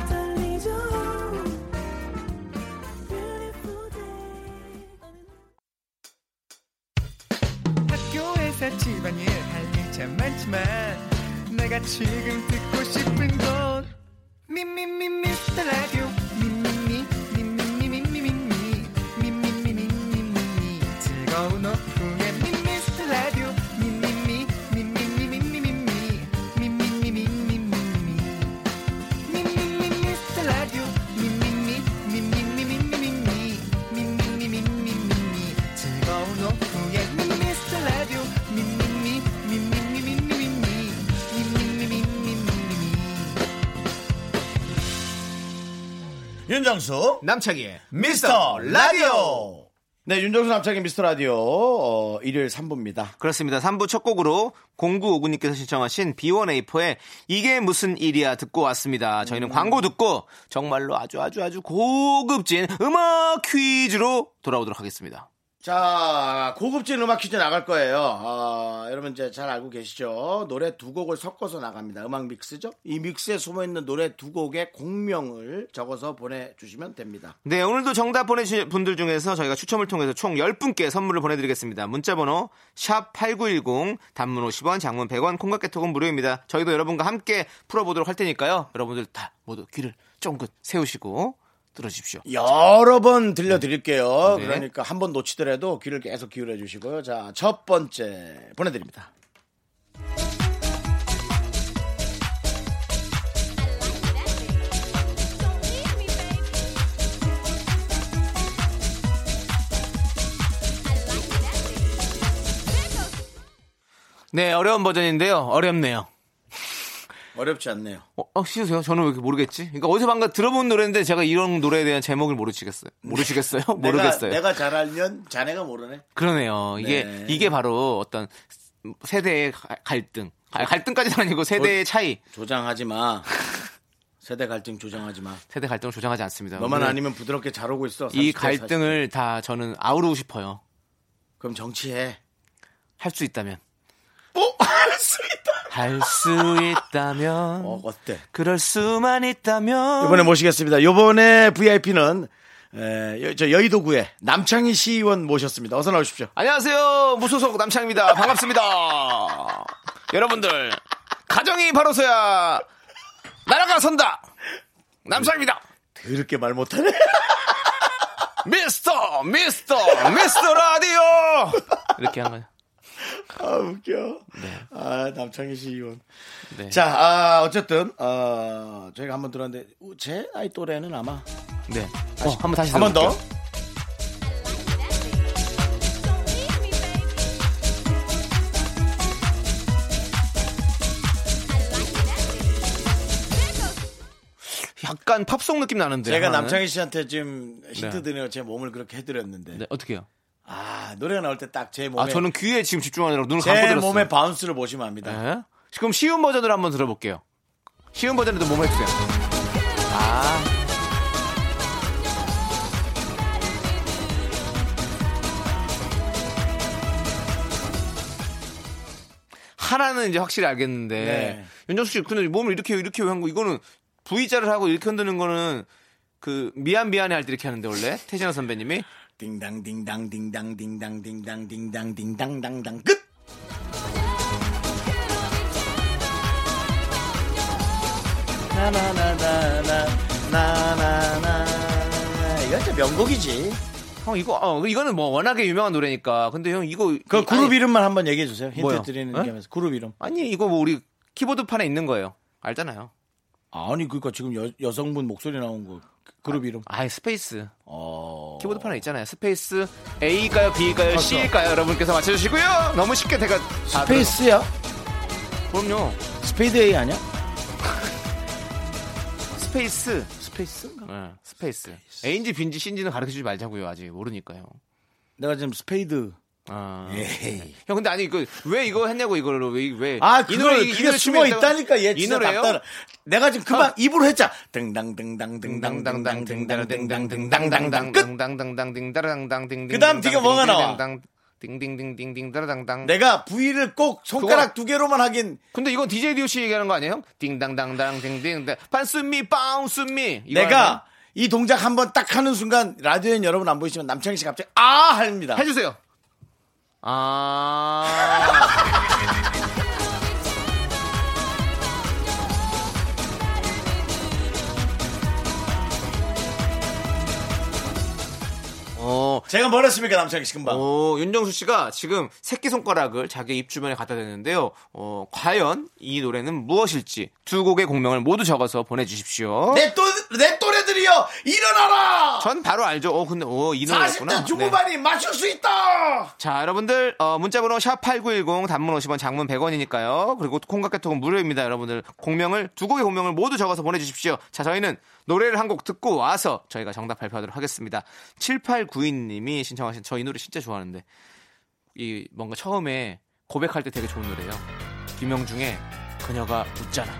[SPEAKER 4] 떨리죠? Beautiful day.
[SPEAKER 5] 학교에서 집안일 할 일 참 많지만 내가 지금 듣고 싶은 건 미미미 미스터 라디오 미미미 미미미 미미미 미미미 미미미 즐거운 오후에 미스터 라디오 미미미 미미미 미미미 미미미 미미미
[SPEAKER 1] 윤정수
[SPEAKER 2] 남창희의
[SPEAKER 1] 미스터 라디오 네, 윤정수 남창의 미스터 라디오 어, 일요일 3부입니다.
[SPEAKER 2] 그렇습니다. 3부 첫 곡으로 0959님께서 신청하신 B1A4의 이게 무슨 일이야 듣고 왔습니다. 저희는 광고 듣고 정말로 아주 아주 아주 고급진 음악 퀴즈로 돌아오도록 하겠습니다.
[SPEAKER 1] 자, 고급진 음악 퀴즈 나갈 거예요. 아, 여러분 이제 잘 알고 계시죠? 노래 두 곡을 섞어서 나갑니다. 음악 믹스죠? 이 믹스에 숨어 있는 노래 두 곡의 공명을 적어서 보내 주시면 됩니다.
[SPEAKER 2] 네, 오늘도 정답 보내주신 분들 중에서 저희가 추첨을 통해서 총 10분께 선물을 보내드리겠습니다. 문자번호 샵8910 단문 50원 장문 100원 콩깍개톡은 무료입니다. 저희도 여러분과 함께 풀어보도록 할 테니까요. 여러분들 다 모두 귀를 쫑긋 세우시고 들어주십시오.
[SPEAKER 1] 여러 번 들려 드릴게요.
[SPEAKER 2] 네.
[SPEAKER 1] 그러니까 한 번 놓치더라도 귀를 계속 기울여 주시고요. 자, 첫 번째 보내 드립니다.
[SPEAKER 2] 네, 어려운 버전인데요. 어렵네요.
[SPEAKER 1] 어렵지 않네요.
[SPEAKER 2] 어, 어, 쉬우세요? 저는 왜 이렇게 모르겠지? 그러니까 어디서 방금 들어본 노래인데 제가 이런 노래에 대한 제목을 모르시겠어요? 모르시겠어요? 모르겠어요.
[SPEAKER 1] 네. 내가, 내가 잘 알면 자네가 모르네.
[SPEAKER 2] 그러네요. 이게,
[SPEAKER 1] 네.
[SPEAKER 2] 이게 바로 어떤 세대의 가- 갈등. 아, 갈등까지는 아니고
[SPEAKER 1] 어,
[SPEAKER 2] 세대의 차이.
[SPEAKER 1] 조장하지 마. 세대 갈등 조장하지 마.
[SPEAKER 2] 세대 갈등을 조장하지 않습니다.
[SPEAKER 1] 너만
[SPEAKER 2] 오늘
[SPEAKER 1] 아니면 부드럽게 잘 오고 있어.
[SPEAKER 2] 이
[SPEAKER 1] 30대, 40대.
[SPEAKER 2] 갈등을 다 저는 아우르고 싶어요.
[SPEAKER 1] 그럼 정치해.
[SPEAKER 2] 할 수 있다면. 어?
[SPEAKER 1] 뭐할수 있다.
[SPEAKER 2] 할 수 있다면.
[SPEAKER 1] 어 어때?
[SPEAKER 2] 그럴 수만 있다면.
[SPEAKER 1] 이번에 모시겠습니다. 이번에 VIP는 저 여의도구에 남창희 시의원 모셨습니다. 어서 나오십시오.
[SPEAKER 2] 안녕하세요. 무소속 남창입니다. 반갑습니다. 여러분들, 가정이 바로서야 나라가 선다. 남창입니다.
[SPEAKER 1] 더럽게 말 못하네.
[SPEAKER 2] 미스터, 미스터, 미스터 라디오! 이렇게 한 거죠.
[SPEAKER 1] 아 웃겨. 아 남창희 시의원.
[SPEAKER 2] 네.
[SPEAKER 1] 자 아, 어쨌든 어, 저희가 한번 들었는데 제 아이 또래는 아마
[SPEAKER 2] 네. 어, 한번 다시
[SPEAKER 1] 한 번 더.
[SPEAKER 2] 들어볼게요. 약간 팝송 느낌 나는데.
[SPEAKER 1] 제가
[SPEAKER 2] 하나는?
[SPEAKER 1] 남창희 씨한테 지금 힌트
[SPEAKER 2] 네.
[SPEAKER 1] 드리려고 제 몸을 그렇게 해드렸는데
[SPEAKER 2] 네, 어떻게 해요?
[SPEAKER 1] 아 노래가 나올 때 딱 제 몸에
[SPEAKER 2] 아, 저는 귀에 지금 집중하느라고 눈을 감고
[SPEAKER 1] 제
[SPEAKER 2] 들었어요.
[SPEAKER 1] 몸의 바운스를 보시면 압니다.
[SPEAKER 2] 네. 그럼 쉬운 버전으로 한번 들어볼게요. 쉬운 버전에도 몸 해주세요. 아. 하나는 이제 확실히 알겠는데
[SPEAKER 1] 네.
[SPEAKER 2] 윤정수 씨 근데 몸을 이렇게 이렇게 한 거 이거는 V자를 하고 이렇게 흔드는 거는 그 미안 미안해 할 때 이렇게 하는데 원래 태진아 선배님이
[SPEAKER 1] 딩당 딩당 딩당 딩당 딩당 딩당 딩당 당당 끝. 나나나나나 나나나 이거 진짜 명곡이지.
[SPEAKER 2] 형 이거 어 이거는 뭐 워낙에 유명한 노래니까 근데 형 이거
[SPEAKER 1] 그
[SPEAKER 2] 이-
[SPEAKER 1] 그룹
[SPEAKER 2] 아니,
[SPEAKER 1] 이름만 한번 얘기해 주세요. 힌트
[SPEAKER 2] 뭐요?
[SPEAKER 1] 드리는
[SPEAKER 2] 에?
[SPEAKER 1] 게 하면서 그룹 이름.
[SPEAKER 2] 아니 이거 뭐 우리 키보드 판에 있는 거예요 알잖아요
[SPEAKER 1] 아니 그러니까 지금 여, 여성분 목소리 나온 거 그- 그룹 이름.
[SPEAKER 2] 아예 스페이스
[SPEAKER 1] 어.
[SPEAKER 2] 키보드 판에 있잖아요 스페이스 A일까요 B일까요 C일까요 여러분께서 맞춰주시고요 너무 쉽게 제가 다
[SPEAKER 1] 스페이스야?
[SPEAKER 2] 들어놓- 그럼요
[SPEAKER 1] 스페이드 A 아니야?
[SPEAKER 2] 스페이스
[SPEAKER 1] 스페이스인가?
[SPEAKER 2] 예, 스페이스 A인지 B인지 C인지는 가르쳐주지 말자고요 아직 모르니까요
[SPEAKER 1] 내가 지금 스페이드.
[SPEAKER 2] 아.
[SPEAKER 1] 에이.
[SPEAKER 2] 형 근데 아니 그 왜 이거 했냐고 이거를 왜왜
[SPEAKER 1] 예. 아, 그걸 그게 숨어 있다니까 얘
[SPEAKER 2] 이
[SPEAKER 1] 진짜
[SPEAKER 2] 노래요?
[SPEAKER 1] 답답해. 내가 지금 그만
[SPEAKER 2] 어.
[SPEAKER 1] 입으로 했자. 등당등당 등당등당 등당등당 등당등당 끝.
[SPEAKER 2] 딩당당당당당당당당당당당당
[SPEAKER 1] 그다음 뒤가 뭐가 나와? 네.
[SPEAKER 2] 딩딩딩딩딩당당당
[SPEAKER 1] 내가 부위를 꼭 손가락 두 개로만 하긴
[SPEAKER 2] 근데 이건 DJ DOC 얘기하는 거 아니에요? 형? 딩당당당 딩딩당 반순미 빵순미 이거 아니에요?
[SPEAKER 1] 내가 이 동작 한번 딱 하는 순간 라디오엔 여러분 안 보이시면 남창희 씨 갑자기 아 합니다.
[SPEAKER 2] 해주세요 아 어,
[SPEAKER 1] 제가 뭘 했습니까 남창희 씨 금방.
[SPEAKER 2] 오, 윤정수 씨가 지금 새끼손가락을 자기 입 주변에 갖다 대는데요. 어, 과연 이 노래는 무엇일지 두 곡의 공명을 모두 적어서 보내주십시오.
[SPEAKER 1] 네. 내또내 또래들이여 일어나라.
[SPEAKER 2] 전 바로 알죠. 어, 근데, 어, 이 노래였구나.
[SPEAKER 1] 40대 중후반이 맞출 수 있다.
[SPEAKER 2] 자, 여러분들, 어, 문자번호 샵8910 단문 50원 장문 100원이니까요. 그리고 콩깍개톡은 무료입니다, 여러분들. 공명을, 두 곡의 공명을 모두 적어서 보내주십시오. 자, 저희는 노래를 한 곡 듣고 와서 저희가 정답 발표하도록 하겠습니다. 7892님, 님이 신청하신 저 이 노래 진짜 좋아하는데 이 뭔가 처음에 고백할 때 되게 좋은 노래예요. 김영중의 그녀가 웃잖아.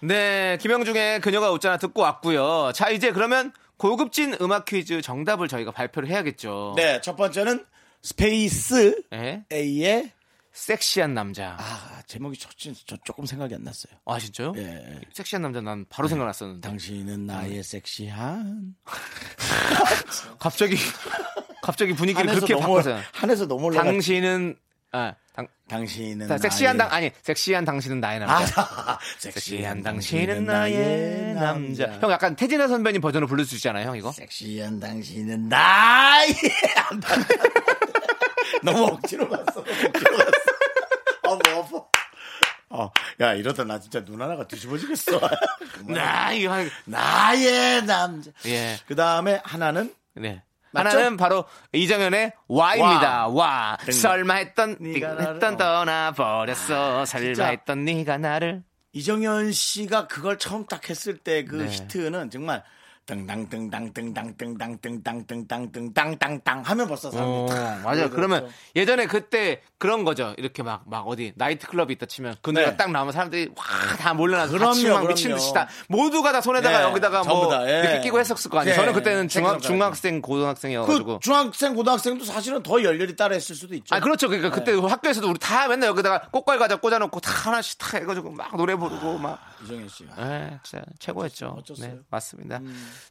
[SPEAKER 2] 네, 김영중의 그녀가 웃잖아 듣고 왔고요. 자, 이제 그러면 고급진 음악 퀴즈 정답을 저희가 발표를 해야겠죠.
[SPEAKER 1] 네, 첫 번째는 스페이스
[SPEAKER 2] 예?
[SPEAKER 1] A의
[SPEAKER 2] 섹시한 남자.
[SPEAKER 1] 아 제목이 저, 진짜 저 조금 생각이 안 났어요.
[SPEAKER 2] 아 진짜요?
[SPEAKER 1] 예.
[SPEAKER 2] 섹시한 남자 난 바로 생각났었는데
[SPEAKER 1] 당신은
[SPEAKER 2] 음.
[SPEAKER 1] 나의 섹시한
[SPEAKER 2] 갑자기 갑자기 분위기를 그렇게
[SPEAKER 1] 너무
[SPEAKER 2] 바꿔서
[SPEAKER 1] 한에서 너무 올라
[SPEAKER 2] 당신은 아, 당,
[SPEAKER 1] 당신은
[SPEAKER 2] 다- 섹시한 당
[SPEAKER 1] 나의-
[SPEAKER 2] 아니 섹시한 당신은 나의 남자
[SPEAKER 1] 아,
[SPEAKER 2] 섹시한 당신은 나의 남자. 형 약간 태진아 선배님 버전으로 부를 수 있잖아요 형 이거
[SPEAKER 1] 섹시한 당신은 나의 남자. 너무 억지로 갔어. 억지로 갔어. 아, 뭐 아파. 어, 야, 이러다 나 진짜 눈 하나가 뒤집어지겠어.
[SPEAKER 2] 나 이거 한-
[SPEAKER 1] 나의 남자.
[SPEAKER 2] 예.
[SPEAKER 1] 그 다음에 하나는
[SPEAKER 2] 네.
[SPEAKER 1] 맞죠?
[SPEAKER 2] 하나는 바로 이정현의 와입니다. 와.
[SPEAKER 1] 땡.
[SPEAKER 2] 설마 했던
[SPEAKER 1] 네가
[SPEAKER 2] 네가
[SPEAKER 1] 나를-
[SPEAKER 2] 했던
[SPEAKER 1] 어. 아,
[SPEAKER 2] 떠나 버렸어. 설마
[SPEAKER 1] 진짜.
[SPEAKER 2] 했던 네가 나를
[SPEAKER 1] 이정현 씨가 그걸 처음 딱 했을 때 그
[SPEAKER 2] 네.
[SPEAKER 1] 히트는 정말 땅땅땅땅땅땅땅땅땅땅땅땅땅땅땅땅땅 하면 벌써
[SPEAKER 2] 어,
[SPEAKER 1] 사람들이 다
[SPEAKER 2] 맞아요. 그러면
[SPEAKER 1] 그렇죠.
[SPEAKER 2] 예전에 그때 그런 거죠. 이렇게 막, 막 어디 나이트클럽이 있다 치면 그 노래가
[SPEAKER 1] 네.
[SPEAKER 2] 딱 나오면 사람들이 와 다 몰려나서
[SPEAKER 1] 그럼요,
[SPEAKER 2] 같이 막 미친
[SPEAKER 1] 그럼요.
[SPEAKER 2] 듯이 다 모두가 다 손에다가
[SPEAKER 1] 예,
[SPEAKER 2] 여기다가
[SPEAKER 1] 전부
[SPEAKER 2] 뭐
[SPEAKER 1] 다, 예.
[SPEAKER 2] 이렇게 끼고 했었을 거 아니에요.
[SPEAKER 1] 예,
[SPEAKER 2] 저는 그때는
[SPEAKER 1] 생각나요.
[SPEAKER 2] 중학, 중학생, 고등학생이어가지고.
[SPEAKER 1] 그 중학생 고등학생도 사실은 더 열렬히 따라했을 수도 있죠.
[SPEAKER 2] 아 그렇죠.
[SPEAKER 1] 예.
[SPEAKER 2] 그러니까 그때 학교에서도 우리 다 맨날 여기다가 꽃갈 과자 꽂아놓고 다 하나씩 다 해가지고 막 노래 부르고 막
[SPEAKER 1] 이정현 씨.
[SPEAKER 2] 예, 진짜 최고였죠.
[SPEAKER 1] 어쩌어요? 음.
[SPEAKER 2] 네, 맞습니다.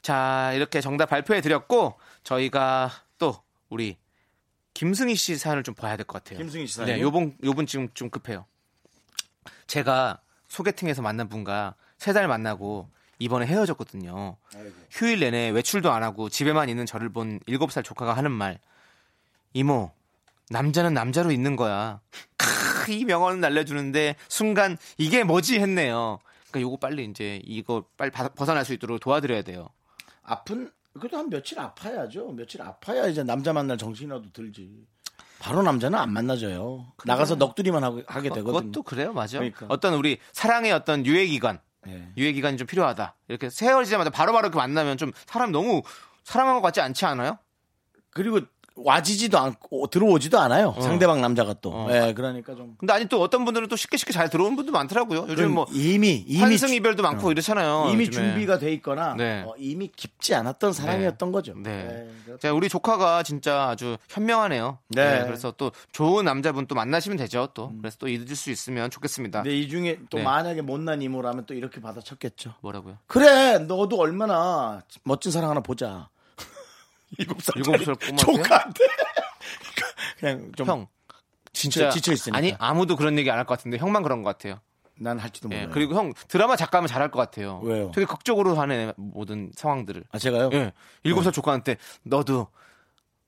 [SPEAKER 2] 자, 이렇게 정답 발표해 드렸고 저희가 또 우리 김승희 씨 사연을 좀 봐야 될 것 같아요.
[SPEAKER 1] 김승희 씨 사연이요?
[SPEAKER 2] 네, 요번 요번 지금 좀 급해요. 제가 소개팅에서 만난 분과 세 달 만나고 이번에 헤어졌거든요. 휴일 내내 외출도 안 하고 집에만 있는 저를 본 일곱 살 조카가 하는 말. 이모, 남자는 남자로 있는 거야. 크, 이 명언을 날려주는데 순간 이게 뭐지 했네요. 그러니까 요거 빨리 이제 이거 빨리 바- 벗어날 수 있도록 도와드려야 돼요.
[SPEAKER 1] 아픈 그래도 한 며칠 아파야죠. 며칠 아파야 이제 남자 만날 정신이라도 들지. 바로 남자는 안 만나져요. 나가서 넋두리만 하고, 하게
[SPEAKER 2] 어,
[SPEAKER 1] 되거든요.
[SPEAKER 2] 그것도 그래요, 맞아. 요
[SPEAKER 1] 그러니까.
[SPEAKER 2] 어떤 우리 사랑의 어떤 유예 기간,
[SPEAKER 1] 예.
[SPEAKER 2] 유예 기간이 좀 필요하다. 이렇게 헤어지자마자 바로바로 이렇게 만나면 좀 사람 너무 사랑한 것 같지 않지 않아요?
[SPEAKER 1] 그리고 와지지도 않고 들어오지도 않아요. 상대방 남자가 또.
[SPEAKER 2] 어.
[SPEAKER 1] 예, 그러니까 좀.
[SPEAKER 2] 근데 아니 또 어떤 분들은 또 쉽게 쉽게 잘 들어오는 분도 많더라고요. 요즘 뭐
[SPEAKER 1] 이미 이미
[SPEAKER 2] 환승
[SPEAKER 1] 주- 어.
[SPEAKER 2] 이별도 많고 어, 이렇잖아요.
[SPEAKER 1] 이미
[SPEAKER 2] 요즘에.
[SPEAKER 1] 준비가 돼 있거나
[SPEAKER 2] 네.
[SPEAKER 1] 어, 이미 깊지 않았던 사랑이었던 거죠.
[SPEAKER 2] 네.
[SPEAKER 1] 예, 그렇-
[SPEAKER 2] 자, 우리 조카가 진짜 아주 현명하네요.
[SPEAKER 1] 네. 음.
[SPEAKER 2] 네. 그래서 또 좋은 남자분 또 만나시면 되죠. 또. 그래서 또 잊을 수 있으면 좋겠습니다.
[SPEAKER 1] 근데 이 중에 또
[SPEAKER 2] 네.
[SPEAKER 1] 만약에 못난 이모라면 또 이렇게 받아쳤겠죠.
[SPEAKER 2] 뭐라고요?
[SPEAKER 1] 그래 너도 얼마나 멋진 사랑 하나 보자. 일곱 살
[SPEAKER 2] 일곱 살 꼬마한테?
[SPEAKER 1] 조카한테 그러니까 그냥 좀
[SPEAKER 2] 형.
[SPEAKER 1] 진짜 지쳐 있으니까.
[SPEAKER 2] 아니, 아무도 그런 얘기 안 할 것 같은데 형만 그런 것 같아요.
[SPEAKER 1] 난 할지도
[SPEAKER 2] 예.
[SPEAKER 1] 몰라요.
[SPEAKER 2] 그리고 형 드라마 작가면 잘할 것 같아요.
[SPEAKER 1] 네. 왜요?
[SPEAKER 2] 되게 극적으로 하네 모든 상황들을.
[SPEAKER 1] 아 제가요.
[SPEAKER 2] 예. 일곱
[SPEAKER 1] 네.
[SPEAKER 2] 살 조카한테 너도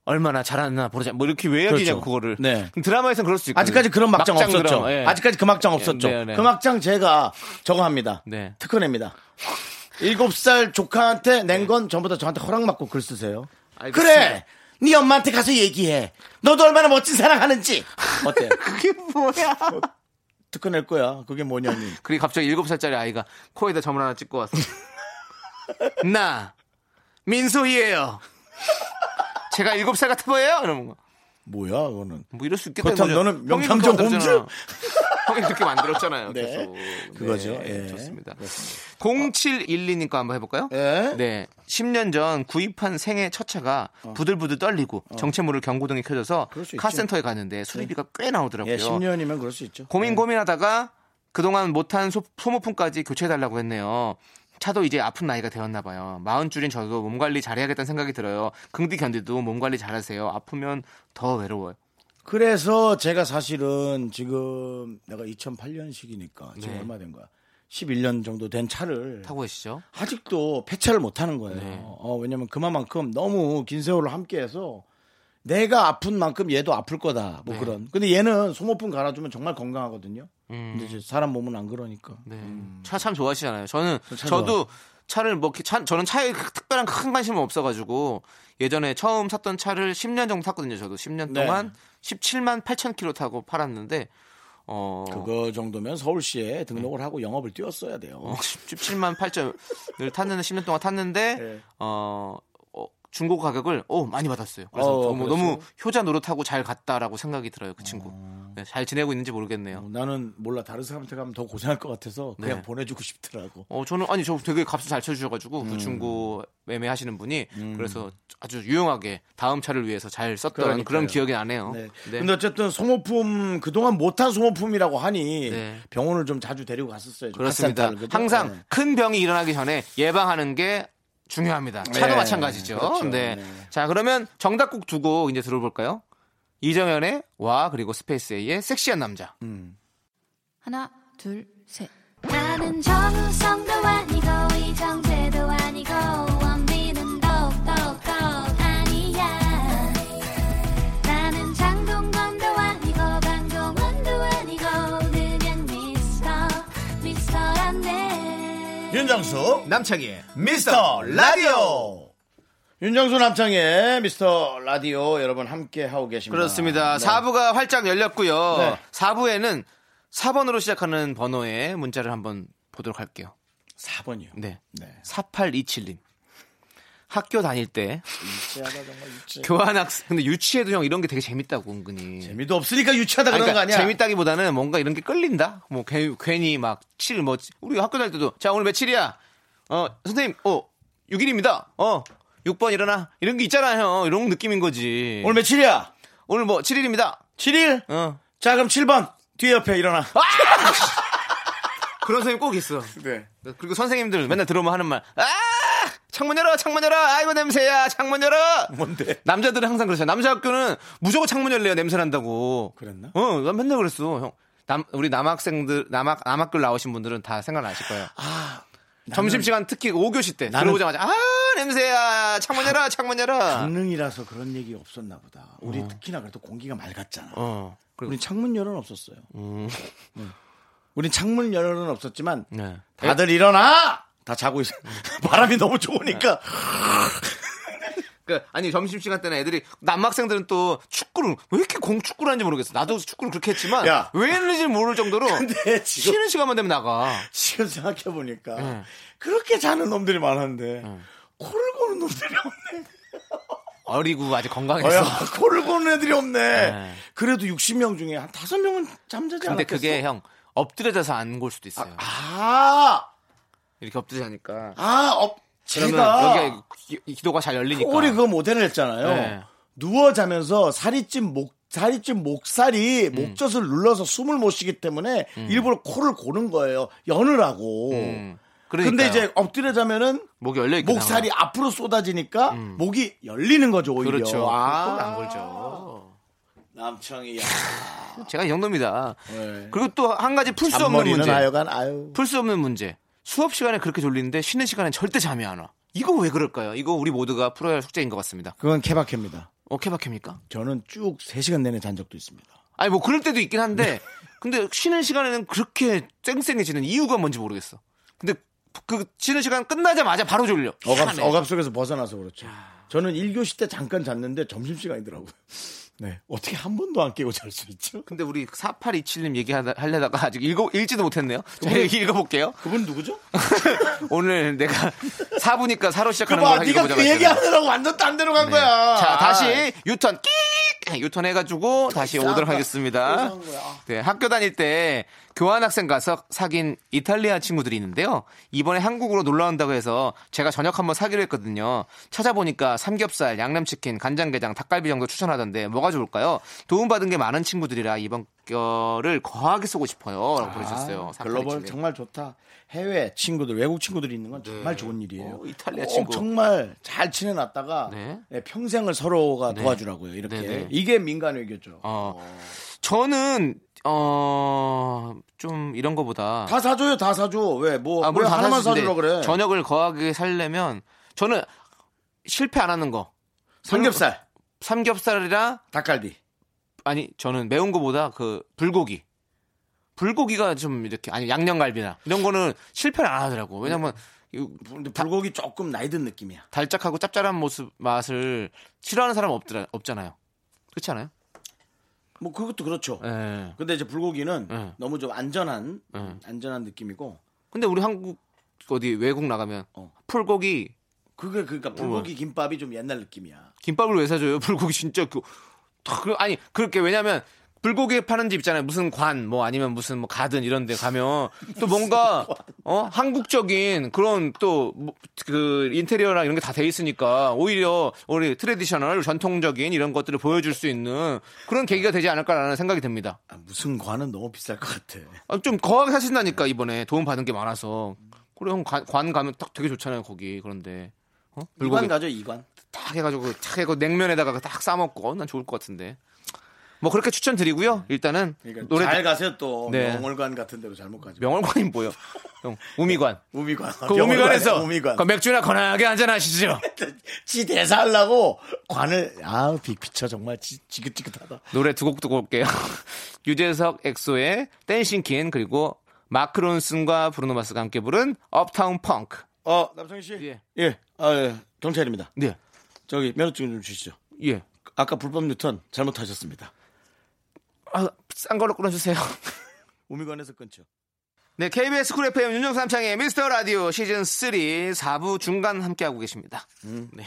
[SPEAKER 2] 얼마나 잘하나 보자. 뭐 이렇게 왜
[SPEAKER 1] 그렇죠.
[SPEAKER 2] 얘기냐고 그거를
[SPEAKER 1] 네.
[SPEAKER 2] 드라마에서는 그럴 수 있고.
[SPEAKER 1] 아직까지 그런 막장, 없었죠.
[SPEAKER 2] 드라마, 예.
[SPEAKER 1] 아직까지 그 막장 없었죠.
[SPEAKER 2] 네, 네.
[SPEAKER 1] 그 막장 제가 저거 합니다.
[SPEAKER 2] 네.
[SPEAKER 1] 특허냅니다. 일곱 살 조카한테 낸 건 전부 다 저한테 허락 받고 글 쓰세요.
[SPEAKER 2] 알겠습니다.
[SPEAKER 1] 그래. 네 엄마한테 가서 얘기해. 너도 얼마나 멋진 사랑하는지. 어때?
[SPEAKER 2] 그게 뭐야?
[SPEAKER 1] 특허낼 거야. 그게 뭐냐니.
[SPEAKER 2] 그리고 갑자기 일곱 살짜리 아이가 코에다 점을 하나 찍고 왔어. 나 민소희예요. 제가 일곱 살 같아 보여요? 이러면 거.
[SPEAKER 1] 뭐야, 그거는.
[SPEAKER 2] 뭐 이럴 수 있겠다.
[SPEAKER 1] 그렇다면
[SPEAKER 2] 이거죠.
[SPEAKER 1] 너는
[SPEAKER 2] 형이 그렇게
[SPEAKER 1] 명탐정
[SPEAKER 2] 만들었잖아.
[SPEAKER 1] 홈즈?
[SPEAKER 2] 형이 그렇게 만들었잖아요.
[SPEAKER 1] 네.
[SPEAKER 2] 계속.
[SPEAKER 1] 그거죠.
[SPEAKER 2] 네,
[SPEAKER 1] 예.
[SPEAKER 2] 좋습니다. 0712님과 한번 해볼까요?
[SPEAKER 1] 예?
[SPEAKER 2] 네. 10년 전 구입한 생애 첫 차가 부들부들 떨리고 정체모를 경고등이 켜져서
[SPEAKER 1] 어. 그럴 수 있지. 네.
[SPEAKER 2] 카센터에 갔는데 수리비가 꽤 나오더라고요.
[SPEAKER 1] 예, 10년이면 네. 그럴 수 있죠. 예.
[SPEAKER 2] 고민 고민하다가 그동안 못한 소, 모품까지 교체해달라고 했네요. 차도 이제 아픈 나이가 되었나 봐요. 마흔 줄인 저도 몸 관리 잘해야겠다는 생각이 들어요. 긍디 견디도 몸 관리 잘하세요. 아프면 더 외로워요.
[SPEAKER 1] 그래서 제가 사실은 지금 내가 2008년식이니까 지금 얼마 된 거야? 11년 정도 된 차를
[SPEAKER 2] 네. 타고 계시죠?
[SPEAKER 1] 아직도 폐차를 못 하는 거예요.
[SPEAKER 2] 네.
[SPEAKER 1] 어, 왜냐면 그만큼 너무 긴 세월을 함께 해서 내가 아픈 만큼 얘도 아플 거다. 뭐
[SPEAKER 2] 네.
[SPEAKER 1] 그런. 근데 얘는 소모품 갈아주면 정말 건강하거든요.
[SPEAKER 2] 음.
[SPEAKER 1] 근데 이제 사람 몸은 안 그러니까.
[SPEAKER 2] 네. 차 참 좋아하시잖아요. 저는
[SPEAKER 1] 차
[SPEAKER 2] 저도 차를 뭐 이렇게 차, 저는 차에 그 특별한 큰 관심은 없어가지고 예전에 처음 샀던 차를 10년 정도 탔거든요. 저도 10년
[SPEAKER 1] 네.
[SPEAKER 2] 동안 17만 8천 킬로 타고 팔았는데 어, 네.
[SPEAKER 1] 그거 정도면 서울시에 등록을 하고 영업을 뛰었어야 돼요.
[SPEAKER 2] 어, 17만 8천을 탔는데 10년 동안 탔는데
[SPEAKER 1] 네.
[SPEAKER 2] 어, 어, 중고 가격을 오 많이 받았어요. 그래서 뭐
[SPEAKER 1] 어,
[SPEAKER 2] 너무,
[SPEAKER 1] 그랬어요?
[SPEAKER 2] 너무 효자 노릇하고 잘 갔다라고 생각이 들어요 그 친구. 네, 잘 지내고 있는지 모르겠네요.
[SPEAKER 1] 어, 나는 몰라 다른 사람한테 가면 더 고생할 것 같아서 그냥
[SPEAKER 2] 네.
[SPEAKER 1] 보내주고 싶더라고.
[SPEAKER 2] 어 저는 아니 저 되게 값을 잘 쳐주셔가지고
[SPEAKER 1] 음.
[SPEAKER 2] 그 중고 매매하시는 분이 그래서 아주 유용하게 다음 차를 위해서 잘 썼던 그런
[SPEAKER 1] 그러니까요.
[SPEAKER 2] 기억이 나네요.
[SPEAKER 1] 네.
[SPEAKER 2] 네.
[SPEAKER 1] 근데 어쨌든 소모품 그동안 못한 소모품이라고 하니
[SPEAKER 2] 네.
[SPEAKER 1] 병원을 좀 자주 데리고 갔었어요. 좀
[SPEAKER 2] 그렇습니다.
[SPEAKER 1] 카센터를, 그죠?
[SPEAKER 2] 항상
[SPEAKER 1] 네.
[SPEAKER 2] 큰 병이 일어나기 전에 예방하는 게 중요합니다. 차도
[SPEAKER 1] 네,
[SPEAKER 2] 마찬가지죠.
[SPEAKER 1] 그렇죠.
[SPEAKER 2] 네.
[SPEAKER 1] 네.
[SPEAKER 2] 자, 그러면 정답곡 두곡 이제 들어볼까요? 이정현의 와 그리고 스페이스 A의 섹시한 남자.
[SPEAKER 1] 음.
[SPEAKER 6] 하나, 둘, 셋.
[SPEAKER 4] 나는 정우성도 아니고 이정재도 아니고 원빈은 더욱더 아니야 나는 장동건도 아니고 강동원도 아니고 그냥 미스터 미스터란데
[SPEAKER 1] 윤정수
[SPEAKER 2] 남창희의
[SPEAKER 1] 미스터 라디오. 윤정수 남창의 미스터 라디오 여러분 함께 하고 계십니다.
[SPEAKER 2] 그렇습니다.
[SPEAKER 1] 네.
[SPEAKER 2] 사 4부가 활짝 열렸고요.
[SPEAKER 1] 네.
[SPEAKER 2] 사 4부에는 4번으로 시작하는 번호의 문자를 한번 보도록 할게요.
[SPEAKER 1] 4번이요.
[SPEAKER 2] 네.
[SPEAKER 1] 네.
[SPEAKER 2] 4827님. 학교 다닐 때
[SPEAKER 1] 유치하다 정말 유치.
[SPEAKER 2] 교환학생 근데 유치해도 형 이런 게 되게 재밌다고 은근히.
[SPEAKER 1] 재미도 없으니까 유치하다 그런
[SPEAKER 2] 아니,
[SPEAKER 1] 거
[SPEAKER 2] 그러니까
[SPEAKER 1] 아니야?
[SPEAKER 2] 재밌다기보다는 뭔가 이런 게 끌린다. 뭐 괜- 괜히 막 칠 뭐 우리 학교 다닐 때도 자 오늘 며칠이야. 어 선생님 어 6일입니다. 어 6번 일어나 이런 게 있잖아요. 이런 느낌인 거지.
[SPEAKER 1] 오늘 며칠이야?
[SPEAKER 2] 오늘 뭐 7일입니다.
[SPEAKER 1] 7일?
[SPEAKER 2] 어
[SPEAKER 1] 자 그럼 7번 뒤에 옆에 일어나.
[SPEAKER 2] 아! 그런 선생님 꼭 있어.
[SPEAKER 1] 네.
[SPEAKER 2] 그리고 선생님들 맨날 들어오면 하는 말. 아 창문 열어 창문 열어 아이고 냄새야 창문 열어.
[SPEAKER 1] 뭔데?
[SPEAKER 2] 남자들은 항상 그러잖아. 남자 학교는 무조건 창문 열래요. 냄새 난다고.
[SPEAKER 1] 그랬나?
[SPEAKER 2] 어, 난 맨날 그랬어. 형. 남, 우리 남학생들, 남학, 남학교 나오신 분들은 다 생각나실 거예요. 점심시간 특히 5교시 때
[SPEAKER 1] 아, 나는- 아,
[SPEAKER 2] 들어오자마자, 아, 냄새야. 창문 열어, 창문 열어.
[SPEAKER 1] 강릉이라서 그런 얘기 없었나 보다. 우리 특히나 그래도 공기가 맑았잖아.
[SPEAKER 2] 어. 그리고,
[SPEAKER 1] 우리 창문 열은 없었어요. 음. 우리 창문 열은 없었지만
[SPEAKER 2] 네. 다들.
[SPEAKER 1] 다들 일어나! 다 자고 있어. 바람이 너무 좋으니까.
[SPEAKER 2] 네. 그, 아니, 점심시간 때는 애들이, 남학생들은 또 축구를, 왜 이렇게 공 축구를 하는지 모르겠어. 나도 축구를 그렇게 했지만,
[SPEAKER 1] 야.
[SPEAKER 2] 왜 했는지 모를 정도로,
[SPEAKER 1] 근데 지금-
[SPEAKER 2] 쉬는 시간만 되면 나가.
[SPEAKER 1] 지금 생각해보니까
[SPEAKER 2] 네.
[SPEAKER 1] 그렇게 자는 놈들이 많았는데 코를 고는 놈들이 없네.
[SPEAKER 2] 어리고 아직
[SPEAKER 1] 어야,
[SPEAKER 2] 건강해서.
[SPEAKER 1] 코를 고는 애들이 없네.
[SPEAKER 2] 네.
[SPEAKER 1] 그래도 60명 중에 한 5명은 잠자지 않았겠어.
[SPEAKER 2] 근데 그게 형, 엎드려져서 안 골 수도 있어요.
[SPEAKER 1] 아,
[SPEAKER 2] 이렇게 엎드려자니까.
[SPEAKER 1] 아, 업.
[SPEAKER 2] 그러면
[SPEAKER 1] 제가
[SPEAKER 2] 여기 기- 기도가 잘 열리니까.
[SPEAKER 1] 코골이 그거 모델을 했잖아요.
[SPEAKER 2] 네.
[SPEAKER 1] 누워 자면서 살이 찐 목, 살이 찐 목살이
[SPEAKER 2] 음.
[SPEAKER 1] 목젖을 눌러서 숨을 못 쉬기 때문에 일부러 코를 고는 거예요. 여느라고.
[SPEAKER 2] 음.
[SPEAKER 1] 근데
[SPEAKER 2] 그러니까요.
[SPEAKER 1] 이제 엎드려 자면은
[SPEAKER 2] 목이 열려 있고
[SPEAKER 1] 목살이 앞으로 쏟아지니까 목이 열리는 거죠 오히려.
[SPEAKER 2] 음. 그렇죠.
[SPEAKER 1] 아,
[SPEAKER 2] 안 걸죠.
[SPEAKER 1] 남청이야.
[SPEAKER 2] 제가 이 정도입니다.
[SPEAKER 1] 아. 네.
[SPEAKER 2] 그리고 또 한 가지 풀 수 없는
[SPEAKER 1] 앞머리는
[SPEAKER 2] 문제.
[SPEAKER 1] 하여간 아유.
[SPEAKER 2] 풀 수 없는 문제. 수업 시간에 그렇게 졸리는데 쉬는 시간에 절대 잠이 안 와. 이거 왜 그럴까요? 이거 우리 모두가 풀어야 할 숙제인 것 같습니다.
[SPEAKER 1] 그건 케바케입니다.
[SPEAKER 2] 어케바케입니까?
[SPEAKER 1] 저는 쭉 3시간 내내 잔 적도 있습니다.
[SPEAKER 2] 아니 뭐 그럴 때도 있긴
[SPEAKER 1] 네.
[SPEAKER 2] 한데 근데 쉬는 시간에는 그렇게 쌩쌩해지는 이유가 뭔지 모르겠어. 근데 그 쉬는 시간 끝나자마자 바로 졸려.
[SPEAKER 1] 억압,
[SPEAKER 2] 희한해.
[SPEAKER 1] 억압 속에서 벗어나서 그렇죠. 저는 1교시 때 잠깐 잤는데 점심시간이더라고요. 네. 어떻게 한 번도 안 깨고 잘 수 있죠?
[SPEAKER 2] 근데 우리 4827님 얘기하려다가 아직 읽어, 읽지도 못했네요. 제가 얘기 읽어볼게요.
[SPEAKER 1] 그분 누구죠?
[SPEAKER 2] 오늘 내가 사부니까 사로 시작하는 걸
[SPEAKER 1] 그봐,
[SPEAKER 2] 하기로
[SPEAKER 1] 네가
[SPEAKER 2] 보자고
[SPEAKER 1] 그
[SPEAKER 2] 했잖아요.
[SPEAKER 1] 얘기하느라고 완전 딴 데로 간
[SPEAKER 2] 네.
[SPEAKER 1] 거야. 아.
[SPEAKER 2] 자, 다시 유턴 끼익! 유턴 해가지고 다시 오도록 하겠습니다. 네, 학교 다닐 때 교환학생 가서 사귄 이탈리아 친구들이 있는데요. 이번에 한국으로 놀러 온다고 해서 제가 저녁 한번 사기로 했거든요. 찾아보니까 삼겹살, 양념치킨, 간장게장, 닭갈비 정도 추천하던데 뭐가 좋을까요? 도움받은 게 많은 친구들이라 이번 겨를 거하게 쏘고 싶어요. 라고 보내주셨어요.
[SPEAKER 1] 아, 글로벌
[SPEAKER 2] 사파리치킨.
[SPEAKER 1] 정말 좋다. 해외 친구들, 외국 친구들이 있는 건 정말 좋은 일이에요.
[SPEAKER 2] 어, 이탈리아
[SPEAKER 1] 꼭
[SPEAKER 2] 친구.
[SPEAKER 1] 정말 잘 지내놨다가
[SPEAKER 2] 네.
[SPEAKER 1] 네, 평생을 서로가
[SPEAKER 2] 네.
[SPEAKER 1] 도와주라고요. 이렇게
[SPEAKER 2] 네, 네.
[SPEAKER 1] 이게 민간 외교죠.
[SPEAKER 2] 어, 저는 어, 좀 이런 거보다
[SPEAKER 1] 다 사줘요, 다 사줘. 왜 뭐
[SPEAKER 2] 아,
[SPEAKER 1] 왜
[SPEAKER 2] 물론 다
[SPEAKER 1] 하나만
[SPEAKER 2] 사실
[SPEAKER 1] 사주라
[SPEAKER 2] 근데
[SPEAKER 1] 그래?
[SPEAKER 2] 저녁을 거하게 살려면 저는 실패 안 하는 거.
[SPEAKER 1] 삼겹살,
[SPEAKER 2] 삼겹살이라
[SPEAKER 1] 닭갈비.
[SPEAKER 2] 아니 저는 매운 거보다 그 불고기. 불고기가 좀 이렇게 아니 양념갈비나 이런 거는 실패를 안 하더라고. 왜냐면 이
[SPEAKER 1] 근데 불고기 조금 나이 든 느낌이야.
[SPEAKER 2] 달짝하고 짭짤한 모습 맛을 싫어하는 사람 없더라 없잖아요. 그렇지 않아요?
[SPEAKER 1] 뭐 그것도 그렇죠.
[SPEAKER 2] 예.
[SPEAKER 1] 근데 이제 불고기는
[SPEAKER 2] 예.
[SPEAKER 1] 너무 좀 안전한
[SPEAKER 2] 예.
[SPEAKER 1] 안전한 느낌이고
[SPEAKER 2] 근데 우리 한국 어디 외국 나가면
[SPEAKER 1] 어.
[SPEAKER 2] 풀고기
[SPEAKER 1] 그게
[SPEAKER 2] 어.
[SPEAKER 1] 그러니까 불고기 김밥이 좀 옛날 느낌이야.
[SPEAKER 2] 김밥을 왜 사줘요? 불고기 진짜 그, 다 그- 아니 그렇게 왜냐면 불고기 파는 집 있잖아요. 무슨 관 뭐 아니면 무슨 뭐 가든 이런 데 가면 또 뭔가 어 한국적인 그런 또 그 인테리어나 이런 게 다 돼 있으니까 오히려 우리 트레디셔널 전통적인 이런 것들을 보여줄 수 있는 그런 계기가 되지 않을까라는 생각이 듭니다.
[SPEAKER 1] 아, 무슨 관은 너무 비쌀 것 같아.
[SPEAKER 2] 아, 좀 거하게 사신다니까 이번에 도움 받은 게 많아서 그래 형관 관 가면 딱 되게 좋잖아요 거기 그런데 어?
[SPEAKER 1] 이관
[SPEAKER 2] 불고기
[SPEAKER 1] 가죠 이관.
[SPEAKER 2] 딱 해가지고 딱 해고 냉면에다가 딱 싸먹고 어, 난 좋을 것 같은데 뭐 그렇게 추천드리고요 일단은
[SPEAKER 1] 그러니까
[SPEAKER 2] 노래
[SPEAKER 1] 잘 가세요 또
[SPEAKER 2] 네.
[SPEAKER 1] 명월관 같은 데로 잘못 가죠.
[SPEAKER 2] 명월관이 뭐예요 형 우미관
[SPEAKER 1] 우미관.
[SPEAKER 2] 그
[SPEAKER 1] 아, 명월관이야,
[SPEAKER 2] 우미관에서
[SPEAKER 1] 우미관.
[SPEAKER 2] 그 맥주나 건하게 한잔 하시죠
[SPEAKER 1] 지 대사하려고 관을 아 빅피처 정말 지, 지긋지긋하다.
[SPEAKER 2] 노래 두 곡 듣고 올게요 유재석 엑소의 댄싱 퀸 그리고 마크 론슨과 브루노마스가 함께 부른 업타운 펑크
[SPEAKER 1] 어 남성희 씨.
[SPEAKER 2] 예.
[SPEAKER 1] 예. 아, 예. 경찰입니다.
[SPEAKER 2] 네
[SPEAKER 1] 저기 면허증 좀 주시죠.
[SPEAKER 2] 예.
[SPEAKER 1] 아까 불법 유턴 잘못하셨습니다.
[SPEAKER 2] 아, 싼 걸로 끊어주세요.
[SPEAKER 1] 우미관에서 끊죠.
[SPEAKER 2] 네, KBS 쿨 FM 윤정삼창의 미스터 라디오 시즌 3 4부 중간 함께하고 계십니다. 네,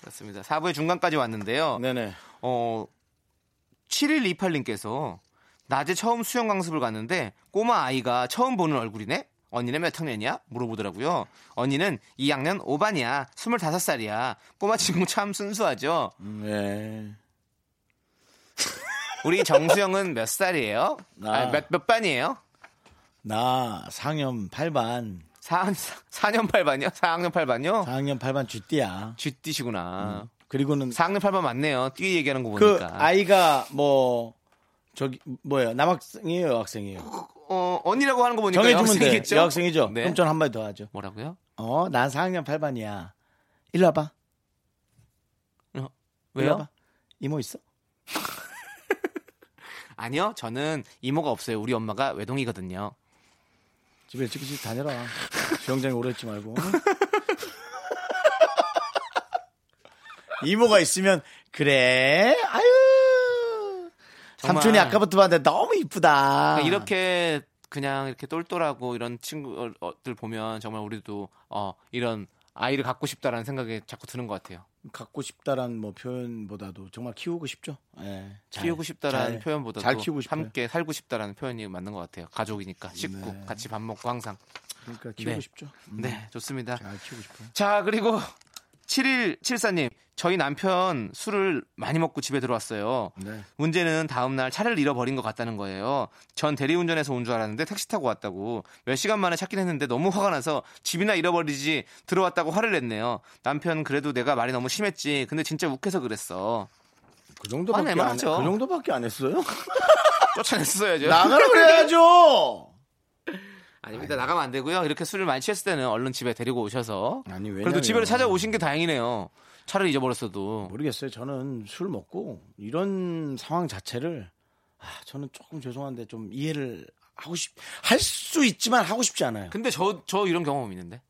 [SPEAKER 2] 그렇습니다. 4부의 중간까지 왔는데요.
[SPEAKER 1] 네네.
[SPEAKER 2] 어, 7128님께서 낮에 처음 수영 강습을 갔는데 꼬마 아이가 처음 보는 얼굴이네? 언니는 몇 학년이야? 물어보더라고요. 언니는 2학년 5반이야. 25살이야. 꼬마 친구 참 순수하죠?
[SPEAKER 1] 네.
[SPEAKER 2] 우리 정수영은 몇 살이에요? 아,
[SPEAKER 1] 아.
[SPEAKER 2] 몇, 몇 반이에요?
[SPEAKER 1] 나 상염 8반,
[SPEAKER 2] 4, 4년 8반이요? 4학년 8반이요?
[SPEAKER 1] 4학년 8반 쥐띠야.
[SPEAKER 2] 쥐띠시구나.
[SPEAKER 1] 그리고는
[SPEAKER 2] 4학년 8반 맞네요. 뛰 얘기하는 거
[SPEAKER 1] 그
[SPEAKER 2] 보니까.
[SPEAKER 1] 아이가 뭐 저기 뭐예요? 남학생이에요, 여학생이에요?
[SPEAKER 2] 어, 언니라고 하는 거 보니까
[SPEAKER 1] 정해주면 돼.
[SPEAKER 2] 여학생이겠죠?
[SPEAKER 1] 여학생이죠.
[SPEAKER 2] 네.
[SPEAKER 1] 그럼 전 한 마디 더 하죠.
[SPEAKER 2] 뭐라고요?
[SPEAKER 1] 어, 난 4학년 8반이야. 일로 와봐.
[SPEAKER 2] 어,
[SPEAKER 1] 일로
[SPEAKER 2] 왜요?
[SPEAKER 1] 와봐. 이모 있어?
[SPEAKER 2] 아니요, 저는 이모가 없어요. 우리 엄마가 외동이거든요.
[SPEAKER 1] 집에 일찍 다녀라. 주영장에 오래 있지 말고. 이모가 있으면 그래. 아유.
[SPEAKER 2] 정말.
[SPEAKER 1] 삼촌이 아까부터 봤는데 너무 이쁘다.
[SPEAKER 2] 그러니까 이렇게 그냥 이렇게 똘똘하고 이런 친구들 보면 정말 우리도 어, 이런 아이를 갖고 싶다라는 생각이 자꾸 드는 것 같아요.
[SPEAKER 1] 갖고 싶다란 뭐 표현보다도 정말 키우고 싶죠. 예. 잘,
[SPEAKER 2] 키우고 싶다라는
[SPEAKER 1] 잘,
[SPEAKER 2] 표현보다도
[SPEAKER 1] 잘 키우고 싶어요.
[SPEAKER 2] 함께 살고 싶다라는 표현이 맞는 것 같아요. 가족이니까 식구
[SPEAKER 1] 네.
[SPEAKER 2] 같이 밥 먹고 항상.
[SPEAKER 1] 그러니까 키우고
[SPEAKER 2] 네.
[SPEAKER 1] 싶죠.
[SPEAKER 2] 네, 좋습니다.
[SPEAKER 1] 잘 키우고 싶어요.
[SPEAKER 2] 자, 그리고 7174님. 저희 남편 술을 많이 먹고 집에 들어왔어요.
[SPEAKER 1] 네.
[SPEAKER 2] 문제는 다음날 차를 잃어버린 것 같다는 거예요. 전 대리운전해서 온 줄 알았는데 택시 타고 왔다고. 몇 시간 만에 찾긴 했는데 너무 화가 나서 집이나 잃어버리지 들어왔다고 화를 냈네요. 남편 그래도 내가 말이 너무 심했지. 근데 진짜 욱해서 그랬어.
[SPEAKER 1] 그 정도밖에
[SPEAKER 2] 화내면
[SPEAKER 1] 안, 그
[SPEAKER 2] 하죠.
[SPEAKER 1] 정도밖에 안 했어요?
[SPEAKER 2] 쫓아냈어야죠.
[SPEAKER 1] 나가라 그래야죠.
[SPEAKER 2] 아닙니다. 나가면 안 되고요. 이렇게 술을 많이 취했을 때는 얼른 집에 데리고 오셔서.
[SPEAKER 1] 아니, 왜냐면-
[SPEAKER 2] 그래도 집에로 찾아오신 게 다행이네요. 차를 잊어버렸어도.
[SPEAKER 1] 모르겠어요. 저는 술 먹고 이런 상황 자체를 아, 저는 조금 죄송한데 좀 이해를 하고 싶, 할 수 있지만 하고 싶지 않아요.
[SPEAKER 2] 근데 저, 저 이런 경험 있는데.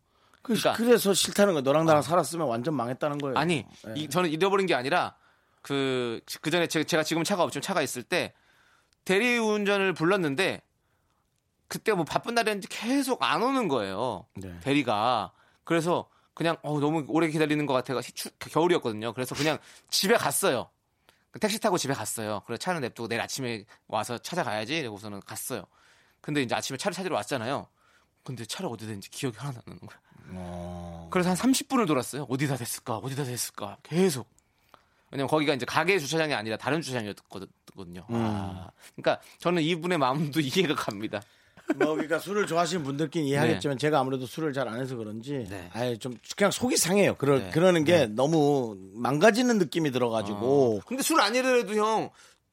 [SPEAKER 1] 그,
[SPEAKER 2] 그- 그러니까- 아.
[SPEAKER 1] 래서 싫다는 거예요. 너랑 나랑 살았으면 완전 망했다는 거예요.
[SPEAKER 2] 아니,
[SPEAKER 1] 예.
[SPEAKER 2] 이, 저는 잃어버린 게 아니라 그, 그 전에 제, 제가 지금 차가 없지만 차가 있을 때 대리운전을 불렀는데 그때 뭐 바쁜 날이었는지 계속 안 오는 거예요.
[SPEAKER 1] 네.
[SPEAKER 2] 대리가. 그래서 그냥 어, 너무 오래 기다리는 것 같아가 추- 겨울이었거든요. 그래서 그냥 집에 갔어요. 그 택시 타고 집에 갔어요. 그래서 차는 냅두고 내일 아침에 와서 찾아가야지. 이러고서는 갔어요. 근데 이제 아침에 차를 찾으러 왔잖아요. 근데 차를 어디 든지 기억이 하나도 안 나는 거야. 그래서 한 30분을 돌았어요. 어디다 댔을까? 어디다 댔을까? 계속. 왜냐면 거기가 이제 가게 주차장이 아니라 다른 주차장이었거든요. 아, 그러니까 저는 이분의 마음도 이해가 갑니다.
[SPEAKER 1] 뭐 그러니까 술을 좋아하시는 분들끼리 이해하겠지만 제가 아무래도 술을 잘 안 해서 그런지
[SPEAKER 2] 네.
[SPEAKER 1] 아예 좀 그냥 속이 상해요. 그러,
[SPEAKER 2] 네.
[SPEAKER 1] 그러는 게 너무 망가지는 느낌이 들어가지고
[SPEAKER 2] 근데 술 아니더라도 형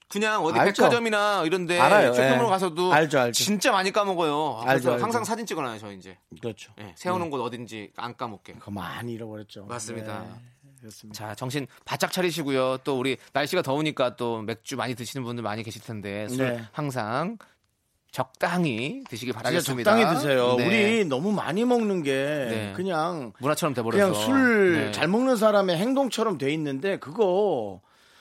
[SPEAKER 2] 그냥 어디
[SPEAKER 1] 알죠.
[SPEAKER 2] 백화점이나 이런데
[SPEAKER 1] 알아요.
[SPEAKER 2] 쇼핑몰
[SPEAKER 1] 예.
[SPEAKER 2] 가서도
[SPEAKER 1] 알죠, 알죠.
[SPEAKER 2] 진짜 많이 까먹어요. 아,
[SPEAKER 1] 알죠,
[SPEAKER 2] 그래서
[SPEAKER 1] 알죠.
[SPEAKER 2] 항상 사진 찍어놔요, 저 이제.
[SPEAKER 1] 그렇죠.
[SPEAKER 2] 예, 세워놓은 곳 어딘지 안 까먹게. 예,
[SPEAKER 1] 그거 많이 잃어버렸죠.
[SPEAKER 2] 맞습니다.
[SPEAKER 1] 네, 그렇습니다.
[SPEAKER 2] 자, 정신 바짝 차리시고요. 또 우리 날씨가 더우니까 또 맥주 많이 드시는 분들 많이 계실 텐데 술
[SPEAKER 1] 네.
[SPEAKER 2] 항상 적당히 드시길
[SPEAKER 1] 진짜
[SPEAKER 2] 바라겠습니다.
[SPEAKER 1] 적당히 드세요.
[SPEAKER 2] 네.
[SPEAKER 1] 우리 너무 많이 먹는 게
[SPEAKER 2] 네.
[SPEAKER 1] 그냥
[SPEAKER 2] 문화처럼 돼버려서
[SPEAKER 1] 그냥 술
[SPEAKER 2] 네.
[SPEAKER 1] 잘 먹는 사람의 행동처럼 돼 있는데 그거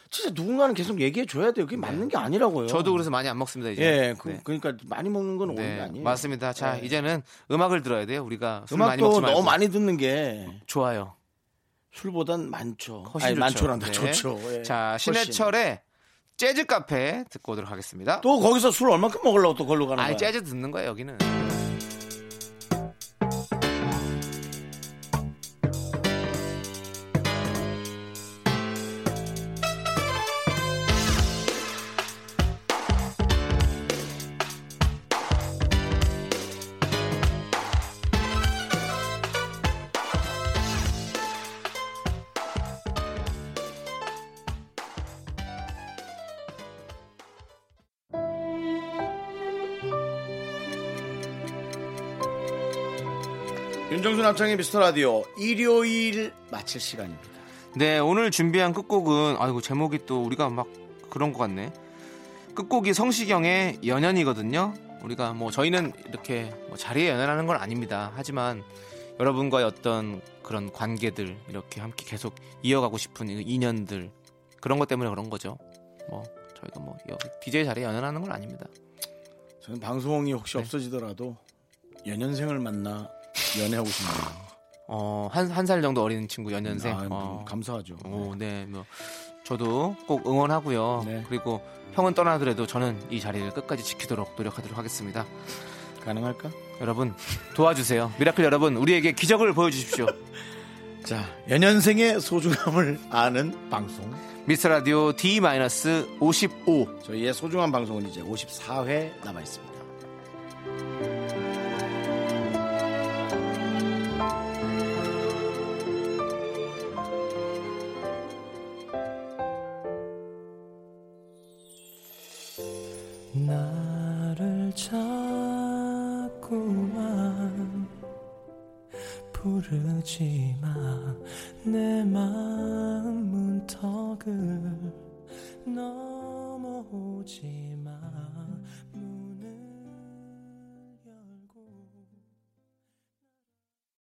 [SPEAKER 1] 진짜 누군가는 계속 얘기해 줘야 돼요. 그게 맞는 게 아니라고요.
[SPEAKER 2] 네. 저도 그래서 많이 안 먹습니다 이제.
[SPEAKER 1] 예, 그,
[SPEAKER 2] 네.
[SPEAKER 1] 러니까 많이 먹는 건 옳은 게
[SPEAKER 2] 네,
[SPEAKER 1] 아니에요.
[SPEAKER 2] 맞습니다. 자
[SPEAKER 1] 예.
[SPEAKER 2] 이제는 음악을 들어야 돼요. 우리가 술 많이
[SPEAKER 1] 음악도
[SPEAKER 2] 먹지
[SPEAKER 1] 너무
[SPEAKER 2] 말고
[SPEAKER 1] 많이 듣는 게
[SPEAKER 2] 좋아요.
[SPEAKER 1] 술보단 많죠.
[SPEAKER 2] 훨씬
[SPEAKER 1] 아니
[SPEAKER 2] 좋죠.
[SPEAKER 1] 많죠란다
[SPEAKER 2] 네.
[SPEAKER 1] 좋죠. 예.
[SPEAKER 2] 자 신해철의 재즈 카페 듣고 오도록 하겠습니다.
[SPEAKER 1] 훨씬. 또 거기서 술 얼만큼 먹으려고 또 걸로 가는
[SPEAKER 2] 아니
[SPEAKER 1] 거야.
[SPEAKER 2] 재즈 듣는 거예요 여기는.
[SPEAKER 1] 윤정수 남창의 미스터 라디오 일요일 마칠 시간입니다.
[SPEAKER 2] 네 오늘 준비한 끝곡은 아이고 제목이 또 우리가 막 그런 것 같네. 끝곡이 성시경의 연연이거든요. 우리가 뭐 저희는 이렇게 뭐 자리에 연연하는 건 아닙니다. 하지만 여러분과의 어떤 그런 관계들 이렇게 함께 계속 이어가고 싶은 이- 인연들 그런 것 때문에 그런 거죠. 뭐 저희가 뭐 여기 DJ 자리에 연연하는 건 아닙니다.
[SPEAKER 1] 저는 방송이 혹시
[SPEAKER 2] 네.
[SPEAKER 1] 없어지더라도 연년생을 만나 연애하고 싶네요.
[SPEAKER 2] 어한한 살 정도 어린 친구 연연생.
[SPEAKER 1] 아,
[SPEAKER 2] 어.
[SPEAKER 1] 감사하죠.
[SPEAKER 2] 오, 네, 뭐 저도 꼭 응원하고요.
[SPEAKER 1] 네.
[SPEAKER 2] 그리고 형은 떠나더라도 저는 이 자리를 끝까지 지키도록 노력하도록 하겠습니다.
[SPEAKER 1] 가능할까?
[SPEAKER 2] 여러분 도와주세요. 미라클 여러분 우리에게 기적을 보여주십시오.
[SPEAKER 1] 자, 연년생의 소중함을 아는 방송.
[SPEAKER 2] 미스터 라디오 D-55
[SPEAKER 1] 저희의 소중한 방송은 이제 54회 남아 있습니다.
[SPEAKER 3] 나를 자꾸만 부르지 마내 마음 문턱을 넘어오지 마